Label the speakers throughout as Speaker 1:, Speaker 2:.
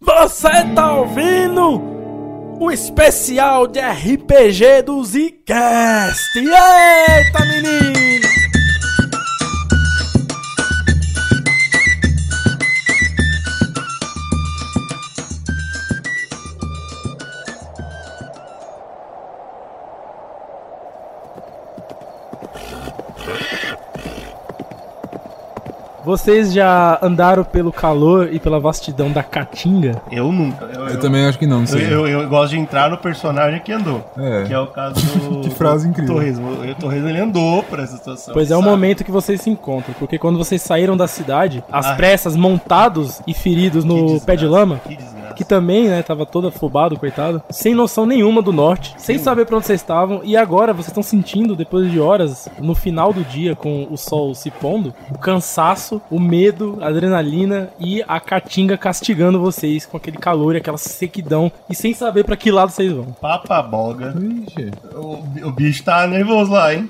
Speaker 1: Você tá ouvindo o especial de RPG do Zcast? Eita, menino!
Speaker 2: Vocês já andaram pelo calor e pela vastidão da Caatinga?
Speaker 3: Eu nunca. Eu,
Speaker 4: Eu também acho que não, não
Speaker 3: eu,
Speaker 4: sei.
Speaker 3: eu- eu gosto de entrar no personagem que andou.
Speaker 4: É.
Speaker 3: Que é o caso do.
Speaker 4: Que frase
Speaker 3: do
Speaker 4: incrível.
Speaker 3: Torres. O, o Torres ele andou pra essa situação.
Speaker 2: Pois é o
Speaker 3: sabe?
Speaker 2: momento que vocês se encontram, porque quando vocês saíram da cidade, às
Speaker 3: Ah.
Speaker 2: pressas, montados e feridos
Speaker 3: Que
Speaker 2: no
Speaker 3: desgraça,
Speaker 2: pé de lama,
Speaker 3: Que desgraça.
Speaker 2: que também, né, tava todo afobado, coitado, sem noção nenhuma do norte, sem saber pra onde vocês estavam, e agora vocês estão sentindo, depois de horas, no final do dia, com o sol se pondo, o cansaço, o medo, a adrenalina e a caatinga castigando vocês com aquele calor e aquela sequidão, e sem saber pra que lado vocês vão.
Speaker 3: Papaboga.
Speaker 4: Ixi.
Speaker 3: O, o bicho tá nervoso lá, hein?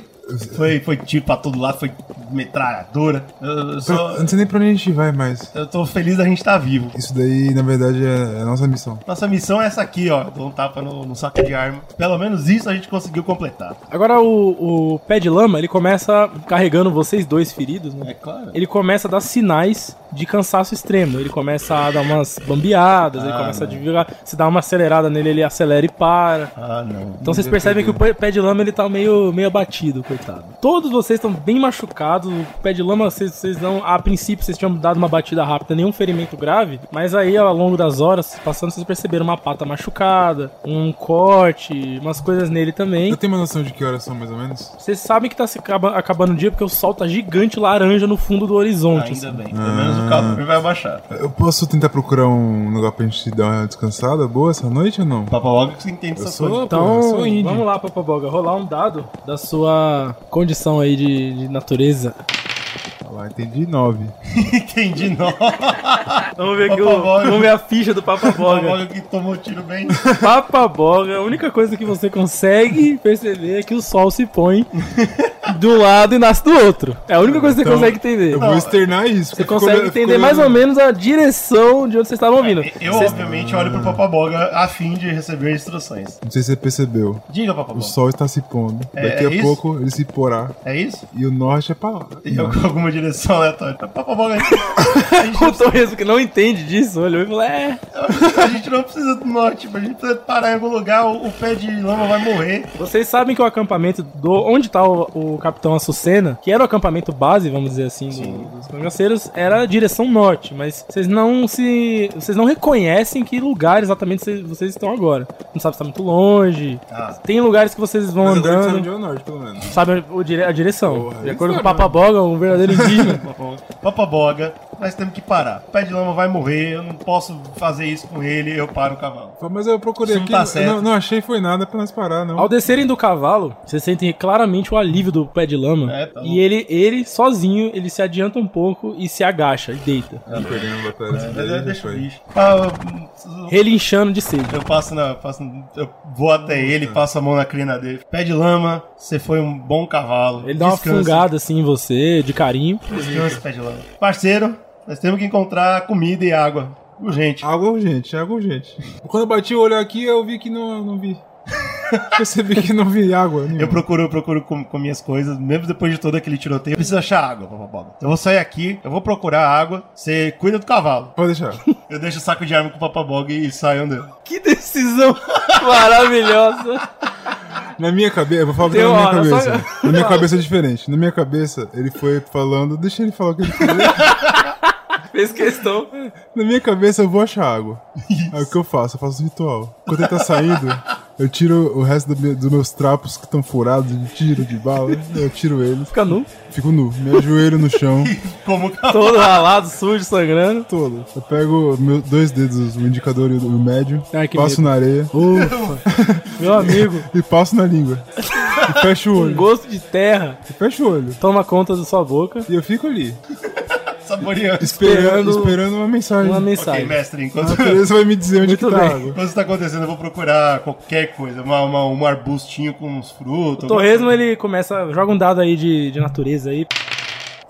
Speaker 3: Foi, foi tiro pra todo lado, foi metralhadora. Eu, eu
Speaker 4: Eu
Speaker 3: só-
Speaker 4: não sei nem pra onde a gente vai, mas.
Speaker 3: eu tô feliz da gente tá vivo.
Speaker 4: Isso daí, na verdade, é a nossa missão.
Speaker 3: Nossa missão é essa aqui, ó. Dou um tapa no, no saco de arma. Pelo menos isso a gente conseguiu completar.
Speaker 2: Agora o, o pé de lama, ele começa carregando vocês dois feridos, né?
Speaker 3: É claro.
Speaker 2: Ele começa a dar sinais de cansaço extremo. Ele começa a dar umas bambeadas, ele
Speaker 3: Ah,
Speaker 2: começa a
Speaker 3: não.
Speaker 2: desviar. Se dá uma acelerada nele, ele acelera e para.
Speaker 3: Ah, não.
Speaker 2: Então vocês
Speaker 4: Meu
Speaker 2: percebem que o
Speaker 4: Deus.
Speaker 2: pé pé de lama ele tá meio, meio abatido, coitado. Todos vocês estão bem machucados. O pé de lama, vocês, vocês não. A princípio, vocês tinham dado uma batida rápida, nenhum ferimento grave. Mas aí, ao longo das horas passando, vocês perceberam uma pata machucada, um corte, umas coisas nele também.
Speaker 4: Eu tenho uma noção de que horas são, mais ou menos?
Speaker 2: Vocês sabem que tá se acaba- acabando o dia porque o sol tá gigante laranja no fundo do horizonte.
Speaker 3: Ainda
Speaker 2: assim.
Speaker 3: bem. Pelo menos o
Speaker 4: Ah.
Speaker 3: calor vai baixar.
Speaker 4: Eu posso tentar procurar um lugar pra gente dar uma descansada boa essa noite ou não?
Speaker 3: Papaboga É que você entende
Speaker 4: Eu
Speaker 3: essas
Speaker 4: sou,
Speaker 3: coisas.
Speaker 4: pô, eu
Speaker 2: Então,
Speaker 4: sou um índio.
Speaker 2: vamos lá, Papaboga, rolar um dado da sua condição aí de, de natureza.
Speaker 4: Tá lá, entendi nove.
Speaker 3: Entendi, não.
Speaker 2: Vamos ver,
Speaker 3: aqui o- Papaboga. vamos ver
Speaker 2: a ficha do Papaboga.
Speaker 3: Papaboga que tomou tiro bem.
Speaker 2: Papaboga, a única coisa que você consegue perceber é que o sol se põe do lado e nasce do outro. É a única coisa que você
Speaker 4: Então,
Speaker 2: consegue entender.
Speaker 4: Eu vou externar isso.
Speaker 2: Você consegue entender mais ou menos a direção de onde vocês estavam
Speaker 4: É,
Speaker 2: vindo.
Speaker 3: Eu, obviamente, olho pro Papaboga a fim de receber instruções.
Speaker 4: Não sei se você percebeu.
Speaker 3: Diga,
Speaker 4: O
Speaker 3: Papaboga.
Speaker 4: sol está se pondo.
Speaker 3: Tá É-
Speaker 4: Daqui
Speaker 3: é
Speaker 4: a
Speaker 3: isso?
Speaker 4: pouco ele se porá.
Speaker 3: É isso?
Speaker 4: E o norte é pra lá.
Speaker 3: E eu com alguma direção aleatória. Então, Papaboga, a gente, a
Speaker 4: é.
Speaker 3: gente
Speaker 2: O
Speaker 3: não precisa-
Speaker 2: Torres, que não entende disso, olhou e falou: É,
Speaker 3: a gente não precisa do norte, a gente precisa parar em algum lugar, o, o pé de lama vai morrer.
Speaker 2: Vocês sabem que o acampamento do. Onde tá o, o Capitão Açucena, que era o acampamento base, vamos dizer assim, do, dos cangaceiros, era a direção norte, mas vocês não se. Vocês não reconhecem que lugar exatamente vocês, vocês estão agora. Não sabe se tá muito longe.
Speaker 3: Ah.
Speaker 2: Tem lugares que vocês vão
Speaker 4: Mas agora sabe onde
Speaker 2: andando.
Speaker 4: é o norte, pelo menos.
Speaker 2: Sabe o dire- a direção.
Speaker 4: Porra,
Speaker 2: de
Speaker 4: isso
Speaker 2: acordo com
Speaker 4: é
Speaker 2: o Papaboga, um verdadeiro indígena.
Speaker 3: Papaboga, nós temos que parar. O pé de lama vai morrer, eu não posso fazer isso com ele, eu paro o cavalo.
Speaker 4: Fala, Mas eu procurei
Speaker 3: Isso não
Speaker 4: aqui.
Speaker 3: tá
Speaker 4: eu
Speaker 3: certo.
Speaker 4: não, não achei foi nada pra nós parar, não.
Speaker 2: Ao descerem do cavalo, vocês sentem claramente o alívio do pé de lama.
Speaker 3: É, tá bom.
Speaker 2: e ele, ele, sozinho, ele se adianta um pouco e se agacha e deita.
Speaker 4: Ih, perdemos a batalha. isso daí,
Speaker 3: Mas eu
Speaker 4: já
Speaker 3: Deixa o
Speaker 4: foi.
Speaker 3: bicho. Ah,
Speaker 2: Relinchando de sede.
Speaker 3: Eu passo na. Passo, eu vou até ele, passo a mão na crina dele. Pé de lama, você foi um bom cavalo.
Speaker 2: Ele dá uma
Speaker 3: Descanse.
Speaker 2: fungada assim em você, de carinho.
Speaker 3: Descanse, pé de lama. Parceiro, nós temos que encontrar comida e água. Urgente.
Speaker 4: Água urgente, água urgente. Quando eu bati o olho aqui, eu vi que não, não vi. Percebi que não vi água. nenhuma.
Speaker 3: Eu procuro, eu procuro com, com minhas coisas, mesmo depois de todo aquele tiroteio, eu preciso achar água, Papaboga. Eu vou sair aqui, eu vou procurar água, você cuida do cavalo.
Speaker 4: Pode deixar.
Speaker 3: Eu deixo o saco de arma com o Papaboga e saio andando.
Speaker 2: Que decisão maravilhosa!
Speaker 4: Na minha cabeça, eu vou falar o que
Speaker 2: Tem
Speaker 4: tá na
Speaker 2: hora,
Speaker 4: minha
Speaker 2: só-
Speaker 4: cabeça. Na minha cabeça é diferente. Na minha cabeça, ele foi falando, deixa ele falar o que ele quer.
Speaker 2: Fez questão.
Speaker 4: Na minha cabeça, eu vou achar água. Aí o que eu faço? Eu faço um ritual. Quando ele tá saindo, eu tiro o resto do meu- dos meus trapos que estão furados de tiro, de bala. Eu tiro eles,
Speaker 2: Fica nu,
Speaker 4: fico nu, me ajoelho no chão.
Speaker 3: Como o cavalo.
Speaker 2: todo ralado, sujo, sangrando.
Speaker 4: Todo. Eu pego meu, dois dedos, o indicador e o o médio,
Speaker 2: Ai, que
Speaker 4: passo na areia
Speaker 2: Meu amigo,
Speaker 4: e passo na língua. E fecho o
Speaker 2: um
Speaker 4: olho.
Speaker 2: gosto de terra
Speaker 4: E fecho o olho.
Speaker 2: toma conta da sua boca.
Speaker 4: E eu fico ali,
Speaker 3: Saboreando.
Speaker 4: esperando,
Speaker 2: Esperando-
Speaker 4: esperando uma mensagem.
Speaker 2: Uma
Speaker 3: Ok,
Speaker 2: mensagem.
Speaker 3: mestre, enquanto,
Speaker 4: A Tereza vai me dizer onde
Speaker 2: Muito
Speaker 4: que tá
Speaker 2: bem.
Speaker 4: a água.
Speaker 3: enquanto isso tá acontecendo, eu vou procurar qualquer coisa, uma, uma- um arbustinho com uns frutos.
Speaker 2: O Torresmo ele começa, joga um dado aí de, de natureza aí.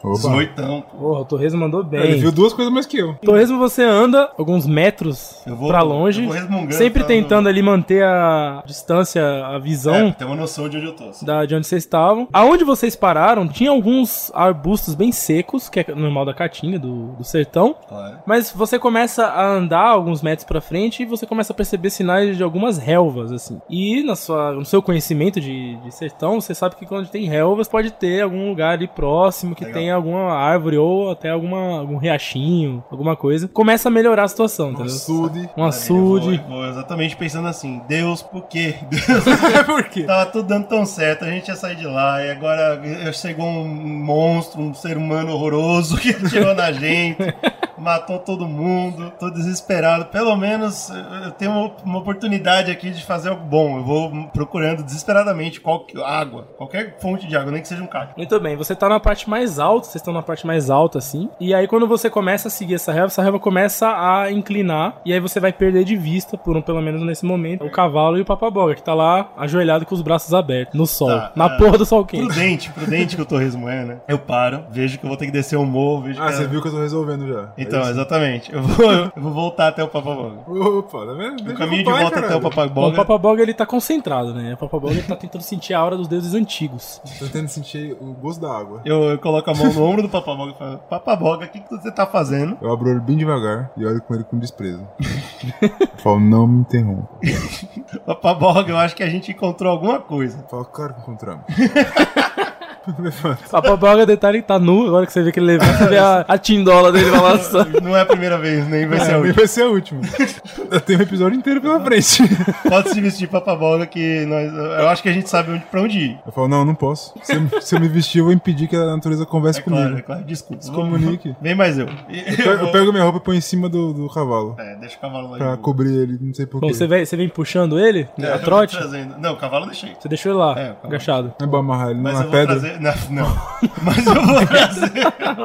Speaker 4: Opa.
Speaker 3: Zoitão.
Speaker 2: Porra, o Torresmo mandou bem.
Speaker 4: Ele viu duas coisas mais que eu.
Speaker 2: Torresmo você anda alguns metros
Speaker 3: Eu vou-
Speaker 2: pra longe,
Speaker 3: eu vou resmungando,
Speaker 2: sempre
Speaker 3: tá?
Speaker 2: tentando um ali manter a distância, a
Speaker 3: É,
Speaker 2: visão
Speaker 3: tem uma noção de onde eu tô. assim.
Speaker 2: da, de onde vocês estavam. Aonde vocês pararam, tinha alguns arbustos bem secos, que é normal da caatinga, do, do sertão.
Speaker 3: Claro.
Speaker 2: Mas você começa a andar alguns metros pra frente e você começa a perceber sinais de algumas relvas, assim. E na sua, no seu conhecimento de, de sertão, você sabe que quando tem relvas, pode ter algum lugar ali próximo que
Speaker 3: Legal.
Speaker 2: tenha alguma árvore ou até alguma, algum riachinho, alguma coisa. Começa a melhorar a situação, entendeu?
Speaker 4: Açude.
Speaker 2: Um
Speaker 3: Eu
Speaker 2: açude.
Speaker 3: vou- eu vou exatamente pensando assim, Deus, por quê? Deus,
Speaker 4: Por quê?
Speaker 3: tava tudo dando tão certo, a gente ia sair de lá, e agora chegou um monstro, um ser humano horroroso que tirou na gente, matou todo mundo, tô desesperado. Pelo menos eu tenho uma, uma oportunidade aqui de fazer algo bom. Eu vou procurando desesperadamente qual que- água, qualquer fonte de água, nem que seja um cacho.
Speaker 2: Muito bem, você tá na parte mais alta, vocês estão na parte mais alta assim. E aí quando você começa a seguir essa relva, essa relva começa a inclinar e aí você vai perder de vista por um pelo menos nesse momento o cavalo e o papaboga que tá lá ajoelhado com os braços abertos no sol,
Speaker 3: Tá,
Speaker 2: na
Speaker 3: é.
Speaker 2: porra do sol quente.
Speaker 3: Prudente, prudente que o torresmo é, né? Eu paro, vejo que eu vou ter que descer um morro, vejo
Speaker 4: Ah,
Speaker 3: que...
Speaker 4: você viu que eu tô resolvendo já.
Speaker 3: Então,
Speaker 4: É isso.
Speaker 3: exatamente. Eu vou, eu vou voltar até o Papaboga.
Speaker 4: Opa, tá vendo?
Speaker 3: O
Speaker 4: Deixa
Speaker 3: caminho de
Speaker 4: eu
Speaker 3: volta
Speaker 4: caralho.
Speaker 3: até o
Speaker 2: Bom, o
Speaker 3: Papaboga.
Speaker 2: papaboga ele tá concentrado, né? O papaboga ele tá tentando sentir a aura dos deuses antigos.
Speaker 4: Tô tentando sentir o gosto da água.
Speaker 3: Eu, eu coloco a mão no ombro do Papaboga e falo: Papaboga, o que, que você tá fazendo?
Speaker 4: Eu abro o olho bem devagar e olho com ele com desprezo. Eu falo, não me interrompa.
Speaker 3: Papaboga, eu acho que a gente encontrou alguma coisa.
Speaker 4: Eu falo, claro que encontramos.
Speaker 2: O papaboga detalhe tá nu, agora que você vê que ele levanta, você vê a, a tindola dele balançando.
Speaker 3: Não é a primeira vez, nem vai ser a
Speaker 4: É,
Speaker 3: última.
Speaker 4: vai ser a última. Eu tenho um episódio inteiro pela frente.
Speaker 3: Pode se vestir Papaboga que nós. Eu acho que a gente sabe onde, pra onde ir.
Speaker 4: Eu falo, não, não posso. Se eu, se eu me vestir, eu vou impedir que a natureza converse
Speaker 3: É claro, é
Speaker 4: comigo.
Speaker 3: claro. Desculpa.
Speaker 4: Se comunique.
Speaker 3: Vem mais eu.
Speaker 4: Eu pego- Eu pego minha roupa e ponho em cima do, do cavalo.
Speaker 3: É, deixa o cavalo lá. de
Speaker 4: Pra
Speaker 3: boa.
Speaker 4: cobrir ele, não sei
Speaker 2: Bom, você
Speaker 4: porquê.
Speaker 2: vem, você vem puxando ele, a
Speaker 3: É, eu vou
Speaker 2: trote,
Speaker 3: trazendo. Não, o cavalo eu deixei.
Speaker 2: você deixou ele lá,
Speaker 3: É, calma.
Speaker 2: agachado.
Speaker 4: Não é pra amarrar ele
Speaker 3: Mas eu
Speaker 4: na
Speaker 3: vou
Speaker 4: pedra.
Speaker 3: trazer. Não, não. Mas eu vou trazer.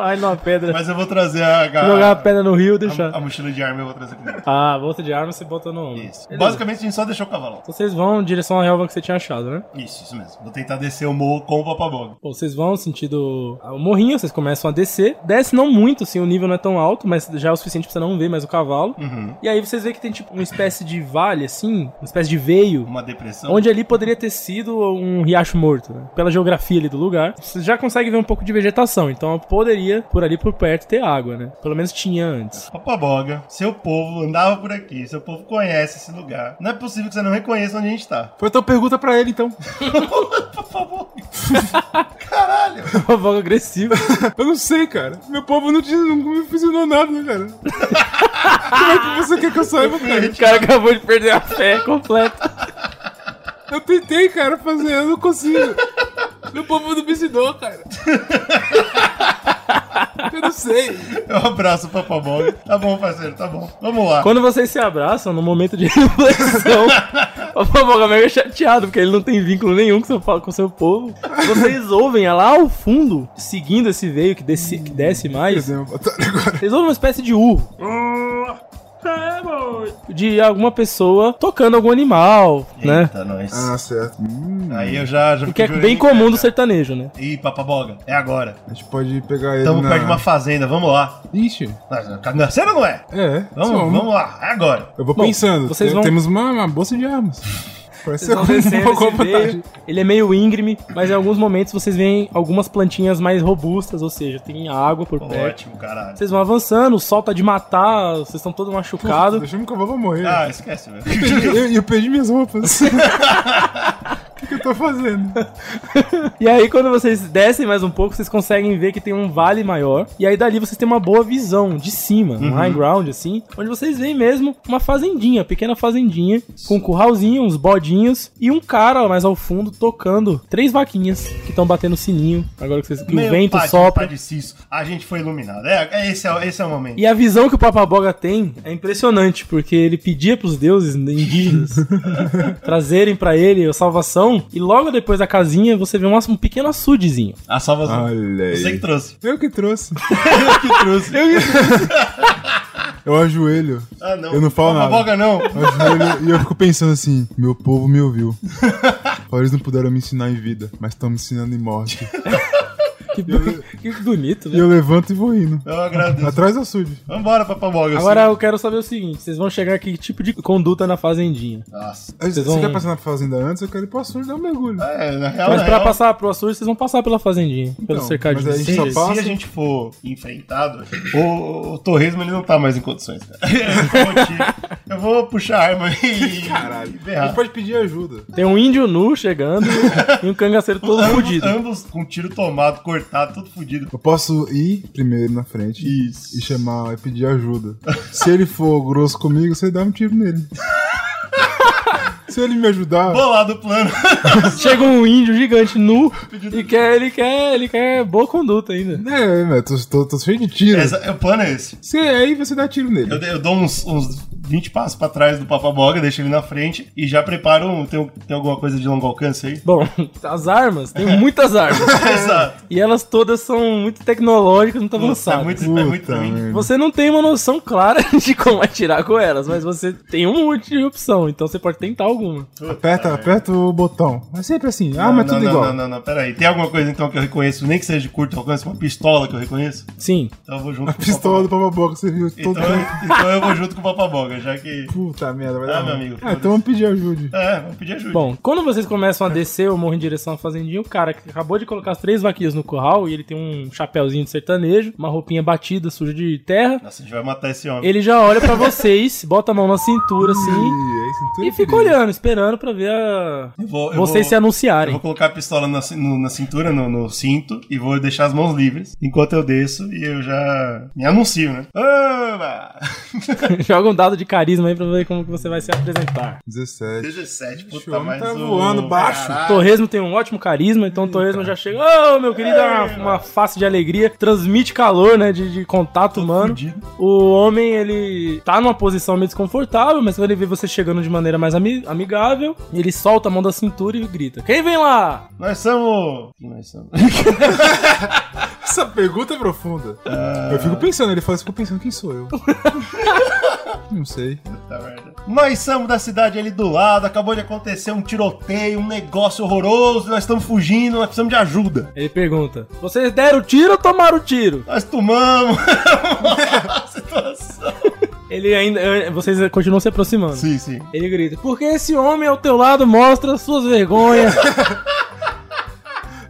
Speaker 2: Ai, numa pedra.
Speaker 3: Mas eu vou trazer a. a-
Speaker 2: Jogar a pedra no rio e deixar.
Speaker 3: A, a mochila de arma eu vou trazer comigo.
Speaker 2: Ah, bolsa de arma você bota no ombro.
Speaker 3: Isso.
Speaker 2: Beleza.
Speaker 3: Basicamente a gente só deixou o cavalo.
Speaker 2: Então vocês vão em direção à relva que você tinha achado, né?
Speaker 3: Isso, isso mesmo. Vou tentar descer o morro com o papaboga.
Speaker 2: Bom, vocês vão sentido o morrinho, vocês começam a descer. Desce não muito, assim, o nível não é tão alto, mas já é o suficiente pra você não ver mais o cavalo.
Speaker 3: Uhum.
Speaker 2: E aí vocês veem que tem tipo uma espécie de vale, assim, uma espécie de veio.
Speaker 3: Uma depressão.
Speaker 2: Onde ali poderia ter sido um riacho morto, né? Pela geografia ali do lugar. Você já consegue ver um pouco de vegetação, então poderia, por ali por perto, ter água, né? Pelo menos tinha antes.
Speaker 3: Papaboga, seu povo andava por aqui, seu povo conhece esse lugar. Não é possível que você não reconheça onde a gente tá.
Speaker 4: Pô, então pergunta pra ele, então.
Speaker 3: Papaboga. Caralho.
Speaker 2: Uma voga agressiva.
Speaker 4: Eu não sei, cara. Meu povo não, diz- não me ensinou nada, né, cara? Como é que você quer que eu saiba, cara?
Speaker 2: o cara acabou de perder a fé completa.
Speaker 4: Eu tentei, cara, fazer, eu não consigo. Meu povo não me ensinou, cara. Eu não sei.
Speaker 3: Eu Um abraço o papaboga. Tá bom, parceiro, tá bom. Vamos lá.
Speaker 2: Quando vocês se abraçam, no momento de reflexão, o Fofoca Mega é chateado, porque ele não tem vínculo nenhum com seu, pa- com seu povo. Vocês ouvem é lá ao fundo, seguindo esse veio que, desce- que desce mais,
Speaker 4: Perdeu uma batalha agora.
Speaker 2: vocês ouvem uma espécie de urro. De alguma pessoa tocando algum animal, né?
Speaker 3: Eita, nós.
Speaker 4: Ah, certo. Hum,
Speaker 3: Aí eu já... já
Speaker 2: O que é bem comum do sertanejo, né?
Speaker 3: Ih, papaboga, é agora.
Speaker 4: a gente pode pegar ele
Speaker 3: Estamos
Speaker 4: na...
Speaker 3: perto de uma fazenda, vamos lá.
Speaker 4: Ixi.
Speaker 3: Mas, Cangaceira não é?
Speaker 4: É,
Speaker 3: Vamos,
Speaker 4: somos.
Speaker 3: vamos lá, é agora.
Speaker 4: Eu vou
Speaker 2: Bom,
Speaker 4: pensando.
Speaker 2: vocês
Speaker 4: Tem-
Speaker 2: vão-
Speaker 4: Temos uma, uma bolsa de armas. Parece ser
Speaker 2: Vocês vão
Speaker 4: uma
Speaker 2: descendo
Speaker 4: boa
Speaker 2: esse
Speaker 4: vantagem.
Speaker 2: veio. Ele é meio íngreme, mas em alguns momentos vocês veem algumas plantinhas mais robustas, ou seja, tem água por
Speaker 3: Pô,
Speaker 2: perto.
Speaker 3: Ótimo, caralho.
Speaker 2: Vocês vão avançando, o sol tá de matar, vocês estão todos machucados.
Speaker 4: Deixa eu me cavar pra morrer.
Speaker 3: Ah, esquece, velho.
Speaker 4: Eu, eu- eu perdi minhas roupas. O que, que eu tô fazendo?
Speaker 2: E aí, quando vocês descem mais um pouco, vocês conseguem ver que tem um vale maior. E aí, dali, vocês têm uma boa visão de cima,
Speaker 3: Uhum.
Speaker 2: um high ground, assim, onde vocês veem mesmo uma fazendinha, pequena fazendinha, com um curralzinho, uns bodinhos e um cara mais ao fundo tocando três vaquinhas que estão batendo sininho. Agora que, vocês, que o
Speaker 3: Meu
Speaker 2: vento
Speaker 3: pai,
Speaker 2: sopra.
Speaker 3: pai de Ciso, a gente foi iluminado. É, é esse, é, o- esse é o momento.
Speaker 2: E a visão que o Papaboga tem é impressionante, porque ele pedia pros deuses indígenas trazerem pra ele a salvação, e logo depois da casinha você vê um, um pequeno açudezinho.
Speaker 3: A salvação.
Speaker 4: Olha aí.
Speaker 3: Você que trouxe.
Speaker 4: Eu que trouxe.
Speaker 3: Eu que trouxe.
Speaker 4: Eu ajoelho.
Speaker 3: Ah, não.
Speaker 4: Eu não falo
Speaker 3: Toma
Speaker 4: nada.
Speaker 3: boga, não.
Speaker 4: Eu ajoelho e eu fico pensando assim, meu povo me ouviu. Fala, Eles não puderam me ensinar em vida, mas estão me ensinando em morte.
Speaker 2: Que, bu- que bonito, né?
Speaker 4: E
Speaker 2: velho.
Speaker 4: eu levanto e vou indo.
Speaker 3: Eu agradeço.
Speaker 4: Atrás do açude.
Speaker 3: Vambora, assim. Papamoga.
Speaker 2: Agora eu quero saber o seguinte: vocês vão chegar aqui, que tipo de conduta na fazendinha?
Speaker 3: Nossa.
Speaker 4: Você
Speaker 2: vão-
Speaker 4: quer passar na fazenda antes? Eu quero ir pro açude e dar um mergulho.
Speaker 3: É, na real,
Speaker 2: Mas
Speaker 3: na
Speaker 2: pra
Speaker 3: real,
Speaker 2: passar pro açude, vocês vão passar pela fazendinha, pelo
Speaker 4: Então,
Speaker 2: cercadinho.
Speaker 4: mas aí
Speaker 2: Sim,
Speaker 4: só
Speaker 2: gente.
Speaker 4: passa-
Speaker 3: se a gente for enfrentado, o, o torresmo ele não tá mais em condições, cara. Eu vou, te- eu vou puxar a arma e.
Speaker 2: É
Speaker 4: Caralho.
Speaker 3: e
Speaker 4: A gente
Speaker 3: berrar.
Speaker 4: pode pedir ajuda.
Speaker 2: Tem um índio nu chegando e um cangaceiro todo
Speaker 3: Ambos,
Speaker 2: fudido.
Speaker 3: ambos com tiro tomado, cortado, tudo fudido.
Speaker 4: Eu posso ir primeiro na frente
Speaker 3: Isso.
Speaker 4: e chamar e pedir ajuda. Se ele for grosso comigo, você dá um tiro nele. Se ele me ajudar,
Speaker 3: Bolado o plano.
Speaker 2: Chega um índio gigante nu e quer, ele quer, ele quer boa conduta ainda.
Speaker 4: é, né, tô, tô- tô cheio de tiro.
Speaker 3: Essa- o plano é esse.
Speaker 4: Você, aí você dá tiro nele.
Speaker 3: Eu, eu dou uns, uns 20 passos pra trás do Papaboga, deixo ele na frente e já preparo um. Tem, tem alguma coisa de longo alcance aí?
Speaker 2: Bom, as armas, tem muitas armas.
Speaker 3: Exato.
Speaker 2: E elas todas são muito tecnológicas, muito avançadas.
Speaker 3: É muito, é muito
Speaker 4: Puta
Speaker 3: ruim.
Speaker 4: merda.
Speaker 2: Você não tem uma noção clara de como atirar com elas, mas você tem um monte de opção, então você pode tentar alguma.
Speaker 3: Puta
Speaker 4: Aperta,
Speaker 3: merda.
Speaker 4: aperta o botão. Mas sempre assim. ah,
Speaker 3: É. Não,
Speaker 4: mas
Speaker 3: não,
Speaker 4: tudo
Speaker 3: não,
Speaker 4: igual.
Speaker 3: Não, não, não, peraí. Tem alguma coisa então que eu reconheço, nem que seja de curto alcance, uma pistola que eu reconheço?
Speaker 2: Sim.
Speaker 3: Então eu vou junto com o
Speaker 4: Pistola do Papaboca, você viu
Speaker 3: Então,
Speaker 4: todo. mundo.
Speaker 3: então eu vou junto com o Papaboga, já que.
Speaker 4: Puta merda, vai dar.
Speaker 3: Ah, meu
Speaker 4: ruim.
Speaker 3: amigo,
Speaker 4: Ah,
Speaker 3: foda-se.
Speaker 4: então vamos pedir ajuda.
Speaker 3: É, vamos pedir ajuda.
Speaker 2: Bom, quando vocês começam a descer ou morrem em direção à fazendinha, o cara que acabou de colocar as três vaquinhas no curral e ele tem um chapéuzinho de sertanejo, uma roupinha batida, suja de terra.
Speaker 3: Nossa, a gente vai matar esse homem.
Speaker 2: Ele já olha pra vocês, bota a mão na cintura assim
Speaker 4: Ih, é isso, então
Speaker 2: e
Speaker 4: eu
Speaker 2: fica
Speaker 4: queria.
Speaker 2: olhando, esperando pra ver a...
Speaker 3: Eu vou- eu
Speaker 2: vocês
Speaker 3: vou-
Speaker 2: se
Speaker 3: Eu
Speaker 2: anunciarem.
Speaker 3: vou colocar a pistola na, cin- no- na cintura, no, no cinto, e vou deixar as mãos livres enquanto eu desço e eu já me anuncio, né? Oba!
Speaker 2: Joga um dado de carisma aí pra ver como que você vai se apresentar.
Speaker 4: 17.
Speaker 3: 17,
Speaker 4: Ixi,
Speaker 3: puta,
Speaker 4: o homem
Speaker 3: mas
Speaker 4: tá
Speaker 3: o-
Speaker 4: voando baixo.
Speaker 3: Caralho.
Speaker 2: Torresmo tem um ótimo carisma, então o Torresmo já chega. Ô, meu querido, é uma, uma face de alegria, transmite calor, né? De, de contato humano.
Speaker 3: Fudido.
Speaker 2: O homem, ele tá numa posição meio desconfortável, mas quando ele vê você chegando de maneira mais ami- amigável, ele solta a mão da cintura e grita: Quem vem lá?
Speaker 3: Nós somos... Quem nós somos?
Speaker 4: Essa pergunta é profunda. Eu fico pensando, ele fala, eu fico pensando, quem sou eu? não sei.
Speaker 3: Puta merda. Nós somos da cidade ali do lado, acabou de acontecer um tiroteio, um negócio horroroso, nós estamos fugindo, nós precisamos de ajuda.
Speaker 2: Ele pergunta: Vocês deram o tiro ou tomaram o tiro?
Speaker 3: Nós tomamos a situação.
Speaker 2: Ele ainda. eh, Vocês continuam se aproximando.
Speaker 3: Sim, sim.
Speaker 2: Ele grita: Porque esse homem ao teu lado mostra suas vergonhas.